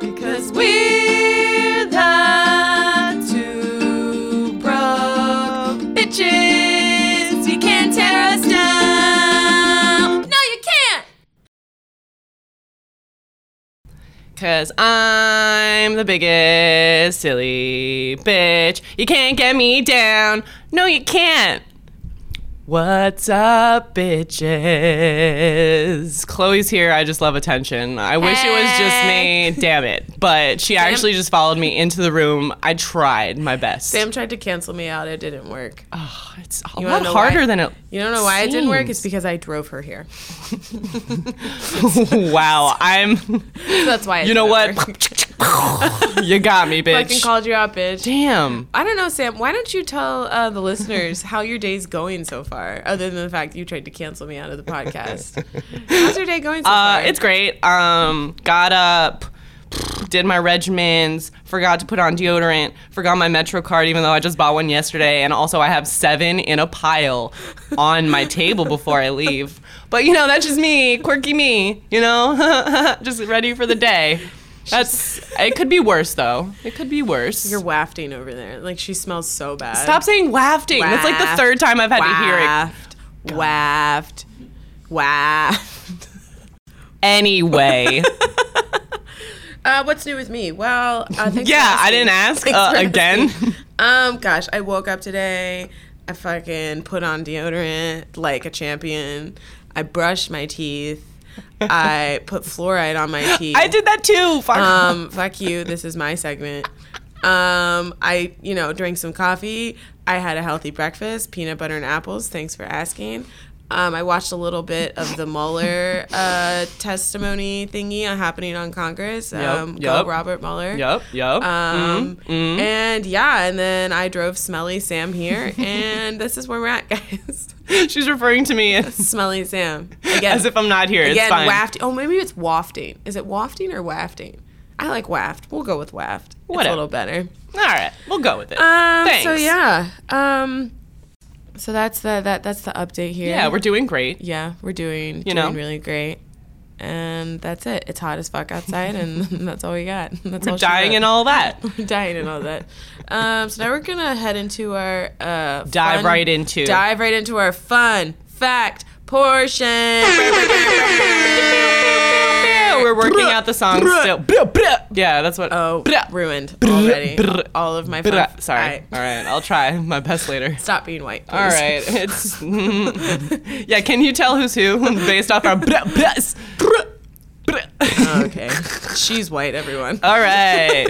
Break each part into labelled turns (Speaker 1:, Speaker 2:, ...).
Speaker 1: Cause we're the two broke bitches. You can't tear us down. No, you can't. Cause I'm the biggest silly bitch. You can't get me down. No, you can't. What's up, bitches? Chloe's here. I just love attention. I wish it was just me. Damn it. But she actually just followed me into the room. I tried my best.
Speaker 2: Sam tried to cancel me out. It didn't work.
Speaker 1: Oh, it's a
Speaker 2: wanna
Speaker 1: lot
Speaker 2: know
Speaker 1: harder
Speaker 2: why?
Speaker 1: than it.
Speaker 2: You don't know why it didn't work?
Speaker 1: seems.
Speaker 2: It's because I drove her here. So
Speaker 1: wow. I'm.
Speaker 2: that's why. It
Speaker 1: You know
Speaker 2: didn't
Speaker 1: what?
Speaker 2: work.
Speaker 1: you got me,
Speaker 2: Fucking
Speaker 1: bitch.
Speaker 2: called you out, bitch.
Speaker 1: Damn.
Speaker 2: I don't know, Sam. Why don't you tell uh, the listeners how your day's going so far, other than the fact you tried to cancel me out of the podcast? How's your day going so
Speaker 1: Uh,
Speaker 2: far?
Speaker 1: it's great. Um, got up, did my regimens, forgot to put on deodorant, forgot my Metro card, even though I just bought one yesterday, and also I have seven in a pile on my table before I leave. But you know, that's just me, quirky me. You know, just ready for the day. That's. It could be worse though. It could be worse.
Speaker 2: You're wafting over there. Like she smells so bad.
Speaker 1: Stop saying wafting. That's like the
Speaker 2: Waft,
Speaker 1: third time I've had to hear it.
Speaker 2: Waft. Waft. Waft.
Speaker 1: Anyway.
Speaker 2: Uh, what's new with me? Well, uh, thanks for
Speaker 1: yeah, I
Speaker 2: asking.
Speaker 1: didn't ask
Speaker 2: Thanks
Speaker 1: uh,
Speaker 2: for
Speaker 1: again.
Speaker 2: asking. Um, gosh, I woke up today. I fucking put on deodorant like a champion. I brushed my teeth. I put fluoride on my teeth.
Speaker 1: I did that too. Fuck.
Speaker 2: Um, fuck you. This is my segment. Um, I, you know, drank some coffee. I had a healthy breakfast, peanut butter and apples. Thanks for asking. Um, I watched a little bit of the Mueller uh, testimony thingy on happening on Congress. Um, Go
Speaker 1: yup.
Speaker 2: Robert Mueller.
Speaker 1: Yep, yep.
Speaker 2: Um,
Speaker 1: Mhm, mhm.
Speaker 2: And yeah, and then I drove Smelly Sam here, and this is where we're at, guys.
Speaker 1: She's referring to me as,
Speaker 2: Smelly Sam. Again,
Speaker 1: as if I'm not here. it's
Speaker 2: again,
Speaker 1: fine.
Speaker 2: wafting. Oh, maybe it's wafting. Is it wafting or wafting? I like waft. We'll go with waft. It's a
Speaker 1: Whatever.
Speaker 2: little better.
Speaker 1: All right, we'll go with it.
Speaker 2: Um,
Speaker 1: Thanks.
Speaker 2: So yeah. Um, so that's the that that's the update here.
Speaker 1: yeah, we're doing great.
Speaker 2: yeah we're doing
Speaker 1: You
Speaker 2: doing
Speaker 1: know?
Speaker 2: really great. And that's it. It's hot as fuck outside, and that's all we got. That's all
Speaker 1: We're
Speaker 2: she
Speaker 1: dying
Speaker 2: wrote.
Speaker 1: and all that.
Speaker 2: dying and all that. Um, so now we're gonna head into our uh,
Speaker 1: Dive
Speaker 2: fun-
Speaker 1: right into.
Speaker 2: dive right into our fun fact portion.
Speaker 1: We're working out the song still. Yeah, that's what.
Speaker 2: oh,
Speaker 1: Bruh.
Speaker 2: ruined already.
Speaker 1: Bruh.
Speaker 2: All of my fun.
Speaker 1: Bruh. Sorry.
Speaker 2: I-
Speaker 1: All right, I'll try my best later.
Speaker 2: stop being white. Please.
Speaker 1: All right, it's yeah. Can you tell who's who based off our? bruh, bruhs? Bruh, bruh.
Speaker 2: Oh, okay. She's white, everyone.
Speaker 1: All right.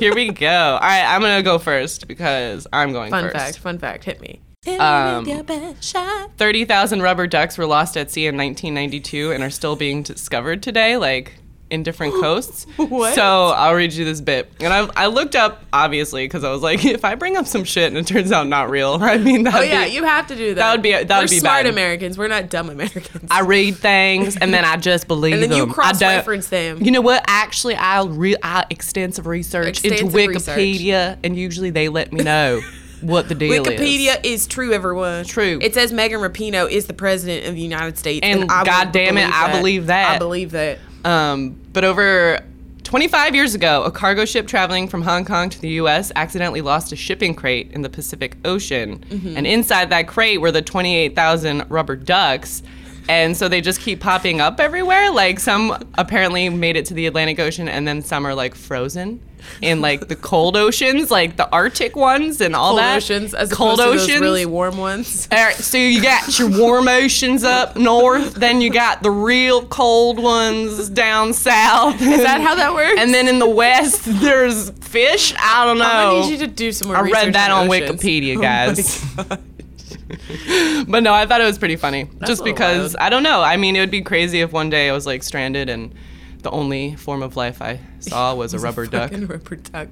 Speaker 1: Here we go. All right, I'm going to go first because I'm going
Speaker 2: fun
Speaker 1: first.
Speaker 2: fact. Fun fact. Hit me.
Speaker 1: Um, 30,000 rubber ducks were lost at sea in 1992 and are still being discovered today, like in different coasts.
Speaker 2: What?
Speaker 1: So I'll read you this bit. And I, I looked up, obviously, because I was like, if I bring up some shit and it turns out not real, I mean, that
Speaker 2: Oh yeah,
Speaker 1: be,
Speaker 2: you have to do that.
Speaker 1: that would be- that
Speaker 2: We're
Speaker 1: would be
Speaker 2: smart
Speaker 1: bad.
Speaker 2: Americans. We're not dumb Americans.
Speaker 1: I read things and then I just believe
Speaker 2: and then
Speaker 1: them.
Speaker 2: you
Speaker 1: I don't-
Speaker 2: cross-reference them.
Speaker 1: You know what? Actually, I re- I extensive research
Speaker 2: Extensive
Speaker 1: into Wikipedia, and usually they let me know what the deal is.
Speaker 2: Wikipedia is true, everyone.
Speaker 1: True.
Speaker 2: It says Megan Rapinoe is the president of the United States,
Speaker 1: And
Speaker 2: I will
Speaker 1: God damn it, I believe that.
Speaker 2: I believe that.
Speaker 1: Um, but over 25 years ago, a cargo ship traveling from Hong Kong to the U.S. accidentally lost a shipping crate in the Pacific Ocean,
Speaker 2: Mm-hmm.
Speaker 1: and inside that crate were the 28,000 rubber ducks. And so they just keep popping up everywhere. Like some apparently made it to the Atlantic Ocean, and then some are like frozen in like the cold oceans, like the Arctic ones and all
Speaker 2: Cold
Speaker 1: that.
Speaker 2: oceans, as
Speaker 1: cold
Speaker 2: opposed
Speaker 1: oceans.
Speaker 2: to those really warm ones.
Speaker 1: All right, so you got your warm oceans up north, then you got the real cold ones down south. Is
Speaker 2: that how that works?
Speaker 1: And then in the west, there's fish. I don't know.
Speaker 2: I need you to do some more.
Speaker 1: Oh. I read that on
Speaker 2: oceans.
Speaker 1: Wikipedia,
Speaker 2: Oh my
Speaker 1: guys. but no, I thought it was pretty funny, just
Speaker 2: a little
Speaker 1: because
Speaker 2: wild.
Speaker 1: I don't know. I mean, it would be crazy if one day I was like stranded and the only form of life I saw was a rubber duck.
Speaker 2: Fucking rubber duck.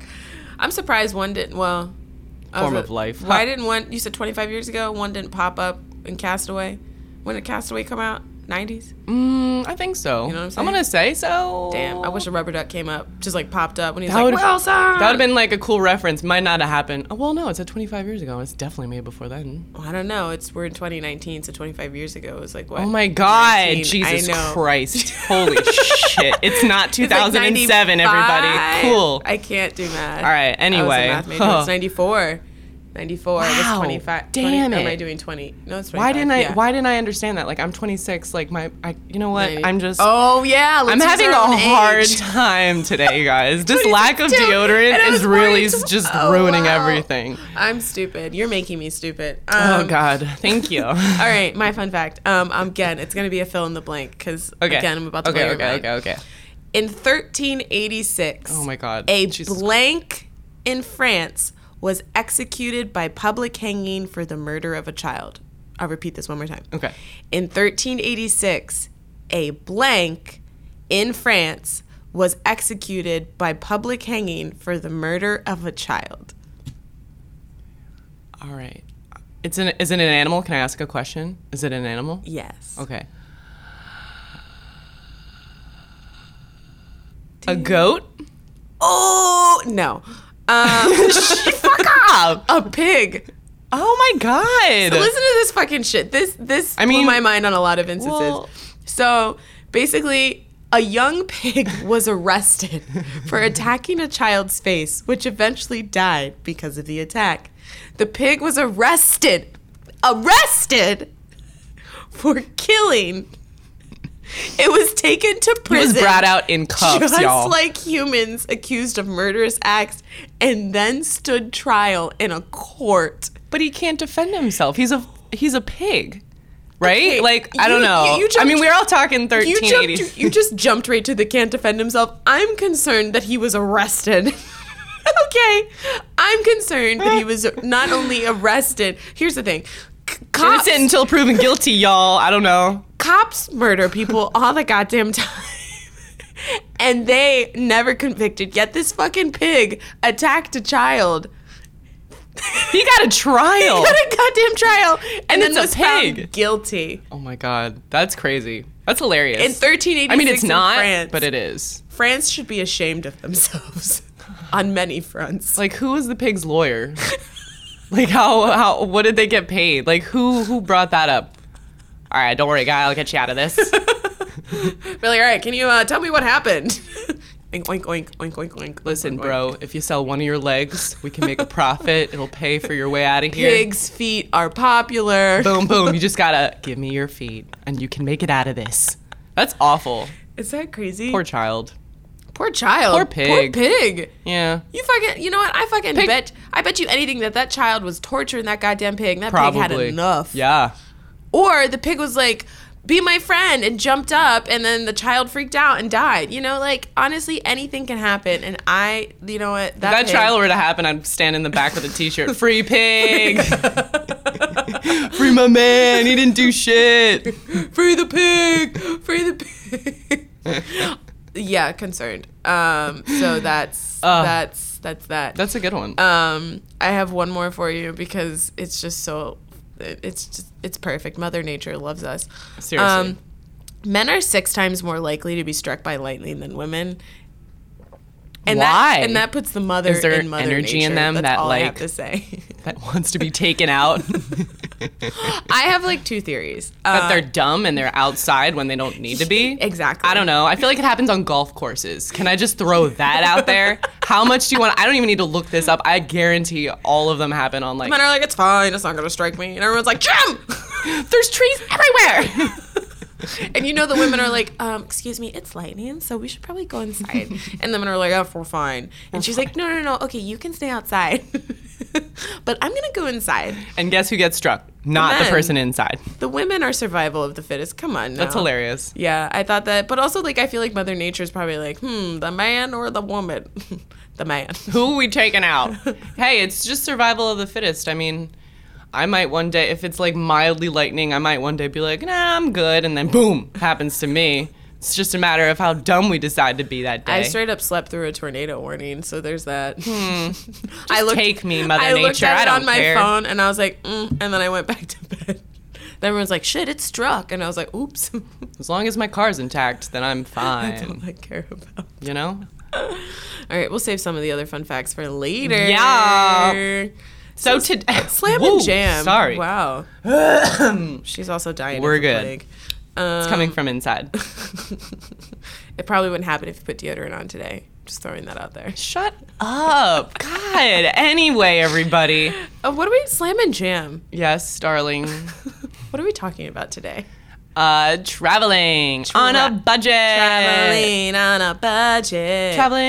Speaker 2: I'm surprised one didn't. Well, I was
Speaker 1: Form
Speaker 2: a-
Speaker 1: of life.
Speaker 2: Why didn't one? You said 25 years ago, one didn't pop up in Castaway. When did Castaway come out? 90s?
Speaker 1: Mm, I think so.
Speaker 2: know what I'm
Speaker 1: I'm,
Speaker 2: saying?
Speaker 1: gonna say so.
Speaker 2: Damn, I wish a rubber duck came up, just like popped up when he's
Speaker 1: That
Speaker 2: like,
Speaker 1: would've-
Speaker 2: Wilson!
Speaker 1: that would have been like a cool reference. Might not have happened. Oh, well, no, it's a 25 years ago. It's definitely made before then.
Speaker 2: I don't know. It's We're in 2019, so 25 years ago. It was like, what?
Speaker 1: Oh my God,
Speaker 2: 19,
Speaker 1: Jesus
Speaker 2: I know.
Speaker 1: Christ, holy shit! It's not
Speaker 2: It's like
Speaker 1: 2007, everybody.
Speaker 2: 95.
Speaker 1: Cool.
Speaker 2: I can't do math.
Speaker 1: All right. Anyway,
Speaker 2: I was a math major.
Speaker 1: Huh.
Speaker 2: It's 94. 94. It was
Speaker 1: Wow.
Speaker 2: 25. 20,
Speaker 1: Damn it.
Speaker 2: Am I doing 20? No, it's 25.
Speaker 1: why didn't I?
Speaker 2: yeah.
Speaker 1: Why didn't I understand that? Like I'm 26. Like my, I, you know what?
Speaker 2: Maybe.
Speaker 1: I'm just.
Speaker 2: Oh, yeah.
Speaker 1: I'm
Speaker 2: let's use
Speaker 1: having a
Speaker 2: our own
Speaker 1: hard
Speaker 2: age.
Speaker 1: time today, you guys. This lack of
Speaker 2: 26 too, and I
Speaker 1: deodorant
Speaker 2: was
Speaker 1: is really
Speaker 2: 42.
Speaker 1: just
Speaker 2: Oh,
Speaker 1: ruining
Speaker 2: wow.
Speaker 1: everything.
Speaker 2: I'm stupid. You're making me stupid.
Speaker 1: Oh
Speaker 2: Um,
Speaker 1: God, thank you.
Speaker 2: All right, my fun fact. Um, um, again, it's gonna be a fill in the blank because
Speaker 1: Okay.
Speaker 2: again, I'm about to blow
Speaker 1: okay,
Speaker 2: your
Speaker 1: okay,
Speaker 2: mind.
Speaker 1: okay, okay.
Speaker 2: In 1386,
Speaker 1: Oh my God.
Speaker 2: a
Speaker 1: Jesus.
Speaker 2: blank in France was executed by public hanging for the murder of a child. I'll repeat this one more time.
Speaker 1: Okay.
Speaker 2: In 1386, a blank in France was executed by public hanging for the murder of a child.
Speaker 1: All right. It's an. Is it an animal? Can I ask a question? Is it an animal?
Speaker 2: Yes.
Speaker 1: Okay. A goat?
Speaker 2: Oh no. Um,
Speaker 1: Fuck off!
Speaker 2: a pig.
Speaker 1: Oh my god!
Speaker 2: Listen to this fucking shit. This this
Speaker 1: I
Speaker 2: blew
Speaker 1: mean-
Speaker 2: my mind on a lot of instances.
Speaker 1: Well-
Speaker 2: so basically, a young pig was arrested for attacking a child's face, which eventually died because of the attack. The pig was arrested, arrested for killing. It was taken to
Speaker 1: He was
Speaker 2: prison.
Speaker 1: brought out in cuffs,
Speaker 2: just
Speaker 1: y'all.
Speaker 2: like humans accused of murderous acts, and then stood trial in a court.
Speaker 1: but he can't defend himself. He's a he's a pig, right?
Speaker 2: Okay,
Speaker 1: like I
Speaker 2: you-
Speaker 1: don't know.
Speaker 2: you- you
Speaker 1: I mean,
Speaker 2: jumped-
Speaker 1: we're all talking
Speaker 2: You
Speaker 1: 1380s.
Speaker 2: jumped. You just jumped right to the can't defend himself. I'm concerned that he was arrested. okay, I'm concerned that he was not only arrested. Here's the thing. C- Cops,
Speaker 1: Innocent until proven guilty, y'all. I don't know.
Speaker 2: cops murder people all the goddamn time. and they never convicted. Yet this fucking pig attacked a child.
Speaker 1: He got a trial.
Speaker 2: He had a goddamn trial and, then
Speaker 1: it's a
Speaker 2: was found
Speaker 1: pig.
Speaker 2: guilty.
Speaker 1: oh my god, that's crazy. That's hilarious.
Speaker 2: In 1386
Speaker 1: I mean, it's
Speaker 2: in
Speaker 1: not,
Speaker 2: France,
Speaker 1: but it is.
Speaker 2: France should be ashamed of themselves on many fronts.
Speaker 1: Like, who was the pig's lawyer? like, how how what did they get paid? Like, who who brought that up? All right, don't worry, guy. I'll get you out of this.
Speaker 2: We're like, all right, can you uh, tell me what happened? oink, oink, oink, oink, oink, oink.
Speaker 1: Listen,
Speaker 2: oink,
Speaker 1: bro, if you sell one of your legs, we can make a profit. It'll pay for your way out of here.
Speaker 2: Pigs' feet are popular.
Speaker 1: Boom, boom. You just gotta give me your feet and you can make it out of this. That's awful.
Speaker 2: Is that crazy?
Speaker 1: Poor child.
Speaker 2: Poor child.
Speaker 1: Poor pig.
Speaker 2: Poor pig.
Speaker 1: Yeah.
Speaker 2: You fucking, you know what? I fucking
Speaker 1: Pig-
Speaker 2: bet, I bet you anything that that child was torturing that goddamn pig. and That
Speaker 1: Probably.
Speaker 2: pig had enough.
Speaker 1: Yeah.
Speaker 2: Or the pig was like, be my friend and jumped up and then the child freaked out and died. You know, like honestly, anything can happen. And I, you know what?
Speaker 1: If that
Speaker 2: pig-
Speaker 1: trial were to happen, I'd stand in the back with a t shirt. Free pig. Free my man. He didn't do shit.
Speaker 2: free the pig, free the pig. yeah, concerned. Um, so that's
Speaker 1: Ugh.
Speaker 2: that's that's that.
Speaker 1: That's a good one.
Speaker 2: um, I have one more for you because it's just so, it- it's just it's perfect. Mother Nature loves us. Um,
Speaker 1: Seriously.
Speaker 2: men are six times more likely to be struck by lightning than women. And
Speaker 1: Why?
Speaker 2: That, and that puts the mother
Speaker 1: Is there
Speaker 2: in mother
Speaker 1: energy
Speaker 2: nature.
Speaker 1: in them
Speaker 2: That's
Speaker 1: that,
Speaker 2: all I have
Speaker 1: like-
Speaker 2: to say.
Speaker 1: that wants to be taken out.
Speaker 2: I have like two theories.
Speaker 1: that
Speaker 2: Uh,
Speaker 1: they're dumb and they're outside when they don't need to be.
Speaker 2: Exactly.
Speaker 1: I don't know. I feel like it happens on golf courses. Can I just throw that out there? How much do you want? I don't even need to look this up. I guarantee all of them happen on like
Speaker 2: men are like it's fine. It's not gonna strike me. And everyone's like Jim.
Speaker 1: there's trees everywhere.
Speaker 2: and you know the women are like, um, excuse me, it's lightning, so we should probably go inside. and the men are like, oh, we're fine. And she's like, no, no, no, okay, you can stay outside, but I'm gonna go inside.
Speaker 1: and guess who gets struck? Not the
Speaker 2: men.
Speaker 1: person inside.
Speaker 2: The women are survival of the fittest. Come on, now.
Speaker 1: That's hilarious.
Speaker 2: Yeah, I thought that, but also like I feel like Mother Nature's probably like, hmm, the man or the woman, the man.
Speaker 1: Who are we taking out? hey, it's just survival of the fittest. I mean, I might one day, if it's like mildly lightning, I might one day be like, nah, I'm good. And then boom, happens to me. It's just a matter of how dumb we decide to be that day.
Speaker 2: I straight up slept through a tornado warning, so there's that. I looked,
Speaker 1: Hmm. take me, Mother
Speaker 2: I looked
Speaker 1: Nature.
Speaker 2: at
Speaker 1: I
Speaker 2: it
Speaker 1: don't
Speaker 2: on my
Speaker 1: care.
Speaker 2: phone, and I was like, mm, and then I went back to bed. Then everyone's like, shit, it struck. And I was like, oops.
Speaker 1: As long as my car's intact, then I'm
Speaker 2: That's all
Speaker 1: fine.
Speaker 2: I care about.
Speaker 1: You know?
Speaker 2: All right, we'll save some of the other fun facts for later.
Speaker 1: Yeah. So today,
Speaker 2: Slam
Speaker 1: Woo,
Speaker 2: and jam.
Speaker 1: Sorry,
Speaker 2: Wow. She's also dying.
Speaker 1: We're
Speaker 2: of the
Speaker 1: good.
Speaker 2: plague. Um,
Speaker 1: it's coming from inside.
Speaker 2: it probably wouldn't happen if you put deodorant on today. Just throwing that out there.
Speaker 1: Shut up, God. Anyway, everybody.
Speaker 2: Uh, what are we slam and jam?
Speaker 1: Yes, darling.
Speaker 2: What are we talking about today?
Speaker 1: Uh, traveling on a
Speaker 2: Tra-
Speaker 1: budget.
Speaker 2: Traveling on a budget.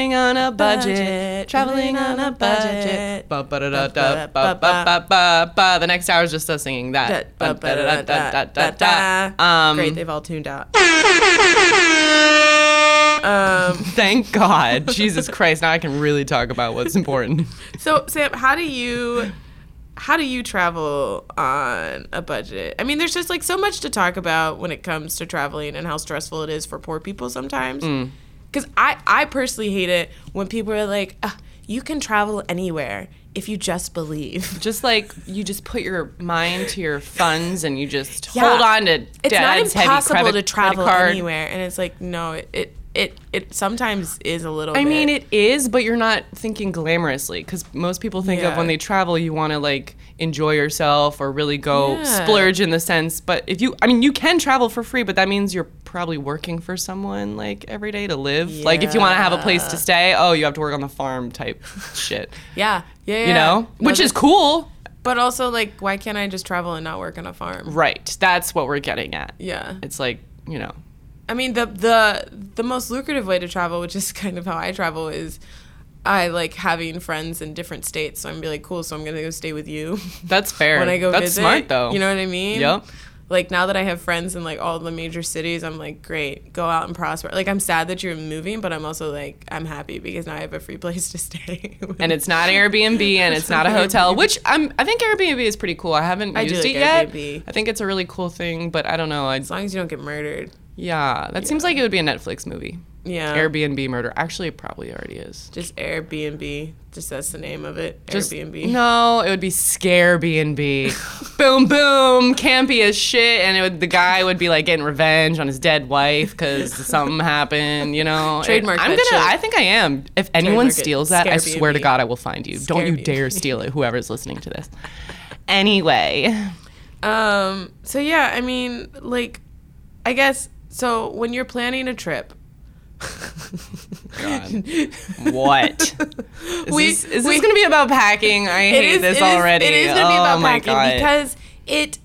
Speaker 1: Traveling on a Eh. budget.
Speaker 2: Budget.
Speaker 1: Traveling on a budget.
Speaker 2: Budget.
Speaker 1: Ba ba da da da ba ba ba ba ba. The next hour is just us singing that. Ba ba da da da da da da.
Speaker 2: Great,
Speaker 1: Um,
Speaker 2: they've all tuned out. Um,
Speaker 1: thank God. Jesus Christ. Now I can really talk about what's important.
Speaker 2: So Sam, how do you how do you travel on a budget? I mean, there's just like so much to talk about when it comes to traveling and how stressful it is for poor people sometimes.
Speaker 1: Mm.
Speaker 2: Cuz I I personally hate it when people are like, "Ugh, "You can travel anywhere if you just believe."
Speaker 1: Just like you just put your mind to your funds and you just
Speaker 2: Yeah.
Speaker 1: hold on to
Speaker 2: It's not
Speaker 1: dad's heavy
Speaker 2: impossible
Speaker 1: credit-
Speaker 2: to travel
Speaker 1: credit card.
Speaker 2: anywhere, and it's like, no, it it it, it sometimes is a little
Speaker 1: I
Speaker 2: bit.
Speaker 1: mean, it is, but you're not thinking glamorously because most people think of
Speaker 2: Yeah.
Speaker 1: when they travel, you want to like enjoy yourself or really go
Speaker 2: Yeah.
Speaker 1: splurge in the sense. But if you, I mean, you can travel for free, but that means you're probably working for someone like every day to live. Like if you want to have a place to stay, oh, you have to work on the farm type shit,
Speaker 2: yeah, yeah, yeah.
Speaker 1: you know,
Speaker 2: No,
Speaker 1: which
Speaker 2: but-
Speaker 1: is cool.
Speaker 2: but also like, why can't I just travel and not work on a farm?
Speaker 1: Right. That's what we're getting at.
Speaker 2: Yeah,
Speaker 1: It's like, you know,
Speaker 2: I mean the the the most lucrative way to travel, which is kind of how I travel, is I like having friends in different states. So I'm really like, cool. So I'm gonna go stay with you
Speaker 1: that's fair.
Speaker 2: when I go
Speaker 1: that's
Speaker 2: visit.
Speaker 1: smart though.
Speaker 2: You know what I mean?
Speaker 1: Yep.
Speaker 2: Like now that I have friends in like all the major cities, I'm like, great, go out and prosper. Like I'm sad that you're moving, but I'm also like I'm happy because now I have a free place to stay.
Speaker 1: and it's not Airbnb and it's not a hotel, which I'm, I think Airbnb is pretty cool. I haven't
Speaker 2: I do
Speaker 1: used
Speaker 2: like
Speaker 1: it yet.
Speaker 2: Airbnb.
Speaker 1: I think it's a really cool thing, but I don't know. I
Speaker 2: as long as you don't get murdered.
Speaker 1: yeah, that seems like it would be a Netflix movie.
Speaker 2: Yeah.
Speaker 1: Airbnb murder. Actually, it probably already is.
Speaker 2: just Airbnb. Just that's the name of it.
Speaker 1: Just-
Speaker 2: Airbnb.
Speaker 1: No, it would be scare BNB. boom boom, campy as shit, and it would, the guy would be like getting revenge on his dead wife because something happened. You know, It-
Speaker 2: Trademark
Speaker 1: I'm
Speaker 2: that
Speaker 1: gonna.
Speaker 2: shit.
Speaker 1: I think I am. If anyone
Speaker 2: Trademark it.
Speaker 1: steals that, I
Speaker 2: Scare
Speaker 1: swear to
Speaker 2: B&B.
Speaker 1: God, I will find you. Don't
Speaker 2: Scare
Speaker 1: you
Speaker 2: B&B.
Speaker 1: dare steal it. Whoever's listening to this. Anyway,
Speaker 2: Um, so yeah, I mean, like, I guess so when you're planning a trip.
Speaker 1: God. what is
Speaker 2: We-
Speaker 1: this? Is
Speaker 2: we-
Speaker 1: this gonna be about packing? I
Speaker 2: It
Speaker 1: hate
Speaker 2: is-
Speaker 1: this
Speaker 2: it is-
Speaker 1: already.
Speaker 2: It is gonna be
Speaker 1: Oh
Speaker 2: about
Speaker 1: my
Speaker 2: packing
Speaker 1: God.
Speaker 2: because it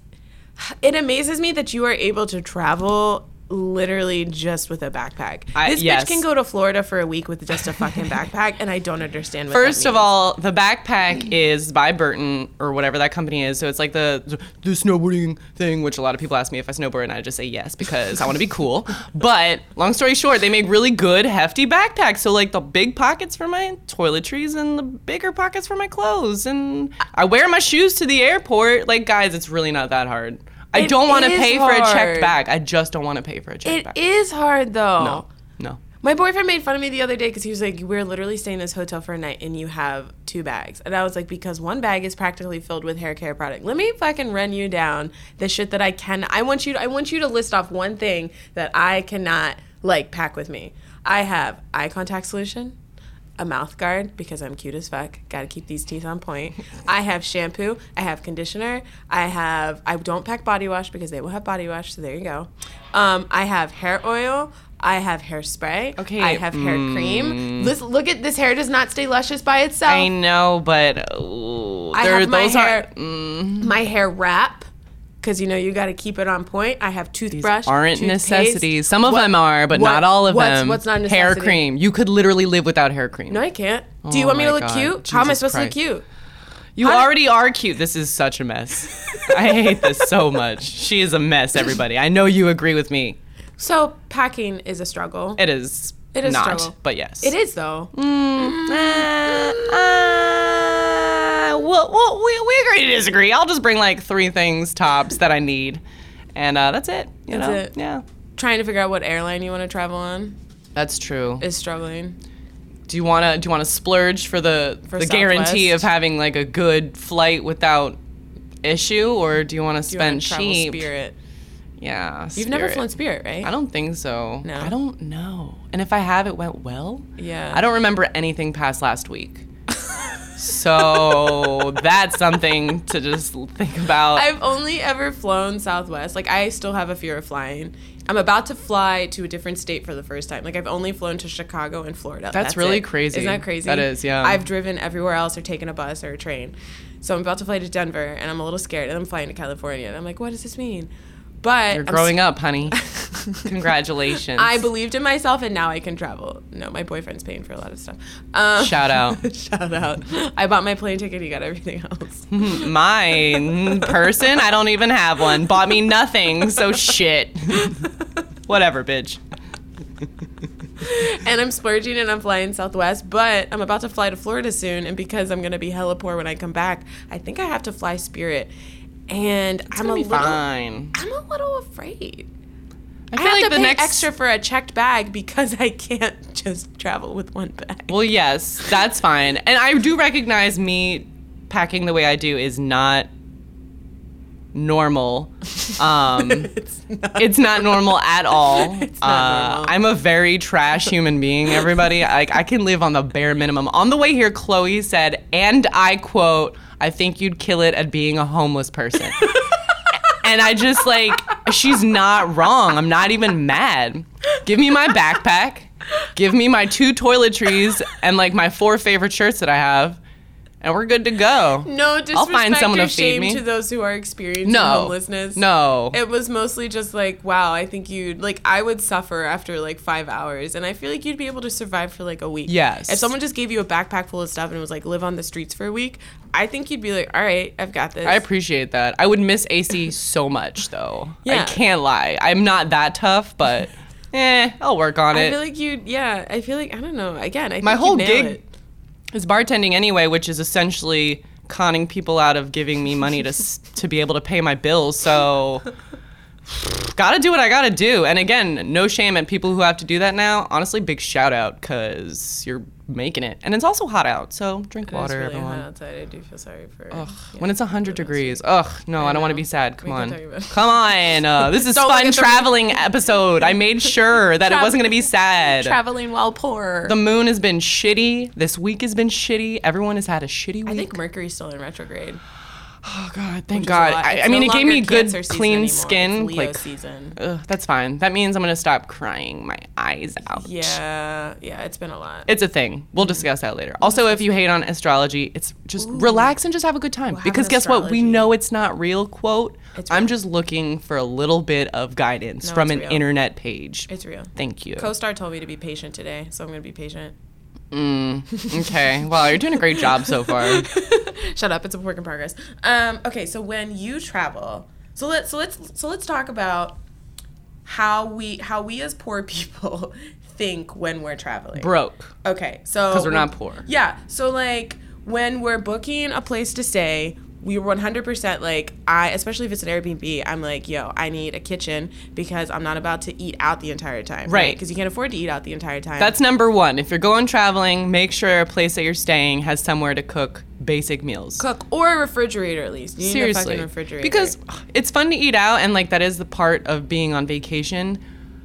Speaker 2: it amazes me that you are able to travel literally just with a backpack.
Speaker 1: I-
Speaker 2: this
Speaker 1: yes.
Speaker 2: bitch can go to Florida for a week with just a fucking backpack, and I don't understand. What that
Speaker 1: First of
Speaker 2: means.
Speaker 1: all, the backpack is by Burton or whatever that company is. So it's like the the snowboarding thing, which a lot of people ask me if I snowboard, and I just say yes because I want to be cool. But long story short, they make really good hefty backpacks. So like the big pockets for my toiletries and the bigger pockets for my clothes, and I wear my shoes to the airport. Like guys, it's really not that hard. I
Speaker 2: It
Speaker 1: don't want to
Speaker 2: is
Speaker 1: pay for a checked
Speaker 2: hard.
Speaker 1: bag. I just don't want to pay for a checked
Speaker 2: it
Speaker 1: bag.
Speaker 2: is hard though.
Speaker 1: No, no.
Speaker 2: My boyfriend made fun of me the other day because he was like, "We're literally staying in this hotel for a night, and you have two bags." And I was like, "Because one bag is practically filled with hair care product. Let me fucking run you down the shit that I can. I want you. To, I want you to list off one thing that I cannot like pack with me. I have eye contact solution." A mouth guard because I'm cute as fuck. Gotta keep these teeth on point. I have shampoo. I have conditioner. I have. I don't pack body wash because they will have body wash. So there you go. Um, I have hair oil. I have hairspray.
Speaker 1: Okay, mm.
Speaker 2: I have hair cream. This, look at this hair does not stay luscious by itself.
Speaker 1: I know, but ooh,
Speaker 2: I
Speaker 1: there-
Speaker 2: have my
Speaker 1: those
Speaker 2: hair,
Speaker 1: are mm.
Speaker 2: my hair wrap, because you know you got to keep it on point. I have toothbrush.
Speaker 1: aren't
Speaker 2: toothpaste.
Speaker 1: necessities. Some of
Speaker 2: What-
Speaker 1: them are, but
Speaker 2: what-
Speaker 1: not all of
Speaker 2: what's-
Speaker 1: them.
Speaker 2: What's not a
Speaker 1: hair
Speaker 2: necessity?
Speaker 1: cream? You could literally live without hair cream.
Speaker 2: No, I can't.
Speaker 1: Oh
Speaker 2: Do you want me
Speaker 1: my
Speaker 2: to look
Speaker 1: God,
Speaker 2: cute? How am I
Speaker 1: Jesus
Speaker 2: supposed
Speaker 1: Christ.
Speaker 2: to look cute?
Speaker 1: you
Speaker 2: I-
Speaker 1: already are cute. This is such a mess. I hate this so much. She is a mess, everybody. I know you agree with me.
Speaker 2: So packing is a struggle.
Speaker 1: It is.
Speaker 2: It is
Speaker 1: not,
Speaker 2: struggle.
Speaker 1: but yes. Mm,
Speaker 2: it is though.
Speaker 1: Uh, well, well, we, we agree to disagree. I'll just bring like three things tops that I need, and uh, that's it. You
Speaker 2: That's
Speaker 1: know?
Speaker 2: it.
Speaker 1: Yeah,
Speaker 2: Trying to figure out what airline you want to travel on
Speaker 1: that's true.
Speaker 2: is struggling.
Speaker 1: Do you want to do you want to splurge for the
Speaker 2: For
Speaker 1: the guarantee of
Speaker 2: Southwest?
Speaker 1: having like a good flight without issue, or do you want to
Speaker 3: You wanna
Speaker 1: spend
Speaker 3: travel
Speaker 1: cheap?
Speaker 3: Spirit.
Speaker 1: Yeah,
Speaker 3: You've never flown Spirit, right?
Speaker 1: I don't think so.
Speaker 3: No.
Speaker 1: I don't know. And if I have, it went well.
Speaker 3: Yeah.
Speaker 1: I don't remember anything past last week. so that's something to just think about.
Speaker 2: I've only ever flown Southwest. Like I still have a fear of flying. I'm about to fly to a different state for the first time. Like I've only flown to Chicago and Florida.
Speaker 1: That's really
Speaker 2: it.
Speaker 1: crazy.
Speaker 2: Isn't that crazy?
Speaker 1: That is, yeah.
Speaker 2: I've driven everywhere else or taken a bus or a train. So I'm about to fly to Denver and I'm a little scared and I'm flying to California and I'm like, what does this mean? But
Speaker 1: You're
Speaker 2: I'm
Speaker 1: growing up, honey. Congratulations.
Speaker 2: I believed in myself and now I can travel. No, my boyfriend's paying for a lot of stuff. Um,
Speaker 1: Shout out.
Speaker 2: shout out. I bought my plane ticket, he got everything else.
Speaker 1: Mine person, I don't even have one. Bought me nothing, so shit. Whatever, bitch.
Speaker 2: and I'm splurging and I'm flying Southwest, but I'm about to fly to Florida soon. And because I'm going to be hella poor when I come back, I think I have to fly Spirit. And I'm a
Speaker 1: It'll be
Speaker 2: little,
Speaker 1: fine.
Speaker 2: I'm a little afraid.
Speaker 1: I
Speaker 2: I
Speaker 1: feel
Speaker 2: have
Speaker 1: like
Speaker 2: to
Speaker 1: the
Speaker 2: pay
Speaker 1: next
Speaker 2: extra for a checked bag because I can't just travel with one bag.
Speaker 1: Well, yes, that's fine. And I do recognize me packing the way I do is not normal. Um,
Speaker 2: it's not.
Speaker 1: it's not normal at all. Uh,
Speaker 2: It's not normal.
Speaker 1: I'm a very trash human being, everybody. Like I can live on the bare minimum. On the way here, Chloe said, and I quote, I think you'd kill it at being a homeless person. and I just like, she's not wrong. I'm not even mad. Give me my backpack. Give me my two toiletries and like my four favorite shirts that I have, and we're good to go.
Speaker 2: no disrespect
Speaker 1: I'll find someone
Speaker 2: or
Speaker 1: to feed
Speaker 2: shame
Speaker 1: me.
Speaker 2: to those who are experiencing
Speaker 1: No.
Speaker 2: homelessness.
Speaker 1: No.
Speaker 2: It was mostly just like, wow, I think you'd like I would suffer after like five hours and I feel like you'd be able to survive for like a week.
Speaker 1: Yes.
Speaker 2: If someone just gave you a backpack full of stuff and was like, live on the streets for a week, I think you'd be like, All right, I've got this.
Speaker 1: I appreciate that. I would miss AC so much, though.
Speaker 2: Yeah.
Speaker 1: I can't lie. I'm not that tough, but eh, I'll work on
Speaker 2: I
Speaker 1: it.
Speaker 2: feel like you'd yeah, I feel like I don't know. Again, I think
Speaker 1: My whole
Speaker 2: you'd nail
Speaker 1: gig
Speaker 2: it.
Speaker 1: is bartending anyway, which is essentially conning people out of giving me money to s- to be able to pay my bills. So, gotta do what I gotta do. And again, no shame at people who have to do that now. Honestly, big shout out because you're making it, and it's also hot out. So drink
Speaker 2: It is
Speaker 1: water,
Speaker 2: really hot
Speaker 1: everyone.
Speaker 2: outside. I do feel sorry for
Speaker 1: Ugh,
Speaker 2: yeah,
Speaker 1: when it's 100
Speaker 2: for those
Speaker 1: degrees. Ugh, no, I, don't want to
Speaker 2: know.
Speaker 1: be sad. Come
Speaker 2: We can
Speaker 1: on.
Speaker 2: talk about it.
Speaker 1: Come on. Uh, this is
Speaker 2: Don't look
Speaker 1: fun
Speaker 2: at the-
Speaker 1: traveling episode. I made sure that it wasn't going to be sad.
Speaker 3: Traveling while poor.
Speaker 1: the moon has been shitty. This week has been shitty. Everyone has had a shitty week.
Speaker 2: I think Mercury's still in retrograde.
Speaker 1: oh, God. Thank
Speaker 2: which is
Speaker 1: God.
Speaker 2: a lot.
Speaker 1: I,
Speaker 2: It's
Speaker 1: I mean,
Speaker 2: no
Speaker 1: it gave
Speaker 2: longer
Speaker 1: me good,
Speaker 2: cancer season
Speaker 1: clean
Speaker 2: anymore. It's
Speaker 1: skin.
Speaker 2: Leo
Speaker 1: Like,
Speaker 2: season.
Speaker 1: ugh, that's fine. That means I'm going to stop crying my eyes out.
Speaker 2: Yeah, yeah, it's been a lot.
Speaker 1: It's a thing. We'll discuss that later. Also, if you hate on astrology, it's just relax and just have a good time.
Speaker 2: have
Speaker 1: because
Speaker 2: an
Speaker 1: guess what? We
Speaker 2: astrology.
Speaker 1: know it's not real, quote.
Speaker 2: It's
Speaker 1: I'm
Speaker 2: real.
Speaker 1: just looking for a little bit of guidance
Speaker 2: No,
Speaker 1: from
Speaker 2: it's
Speaker 1: an
Speaker 2: real.
Speaker 1: internet page.
Speaker 2: It's real.
Speaker 1: Thank you.
Speaker 2: CoStar told me to be patient today, so I'm gonna be patient.
Speaker 1: okay. Well, you're doing a great job so far.
Speaker 2: Shut up, it's a work in progress. Um, okay, so when you travel, so let's so let's so let's talk about how we how we as poor people think when we're traveling.
Speaker 1: Broke.
Speaker 2: Okay, so
Speaker 1: 'Cause we're not poor.
Speaker 2: Yeah, so like when we're booking a place to stay, we are 100% like I, especially if it's an Airbnb, I'm like, yo, I need a kitchen because I'm not about to eat out the entire time,
Speaker 1: Right.
Speaker 2: Because you can't afford to eat out the entire time.
Speaker 1: That's number one. If you're going traveling, make sure a place that you're staying has somewhere to cook basic meals.
Speaker 2: cook or a refrigerator at least. You need a
Speaker 1: Seriously.
Speaker 2: fucking refrigerator
Speaker 1: Because ugh, it's fun to eat out, and like that is the part of being on vacation.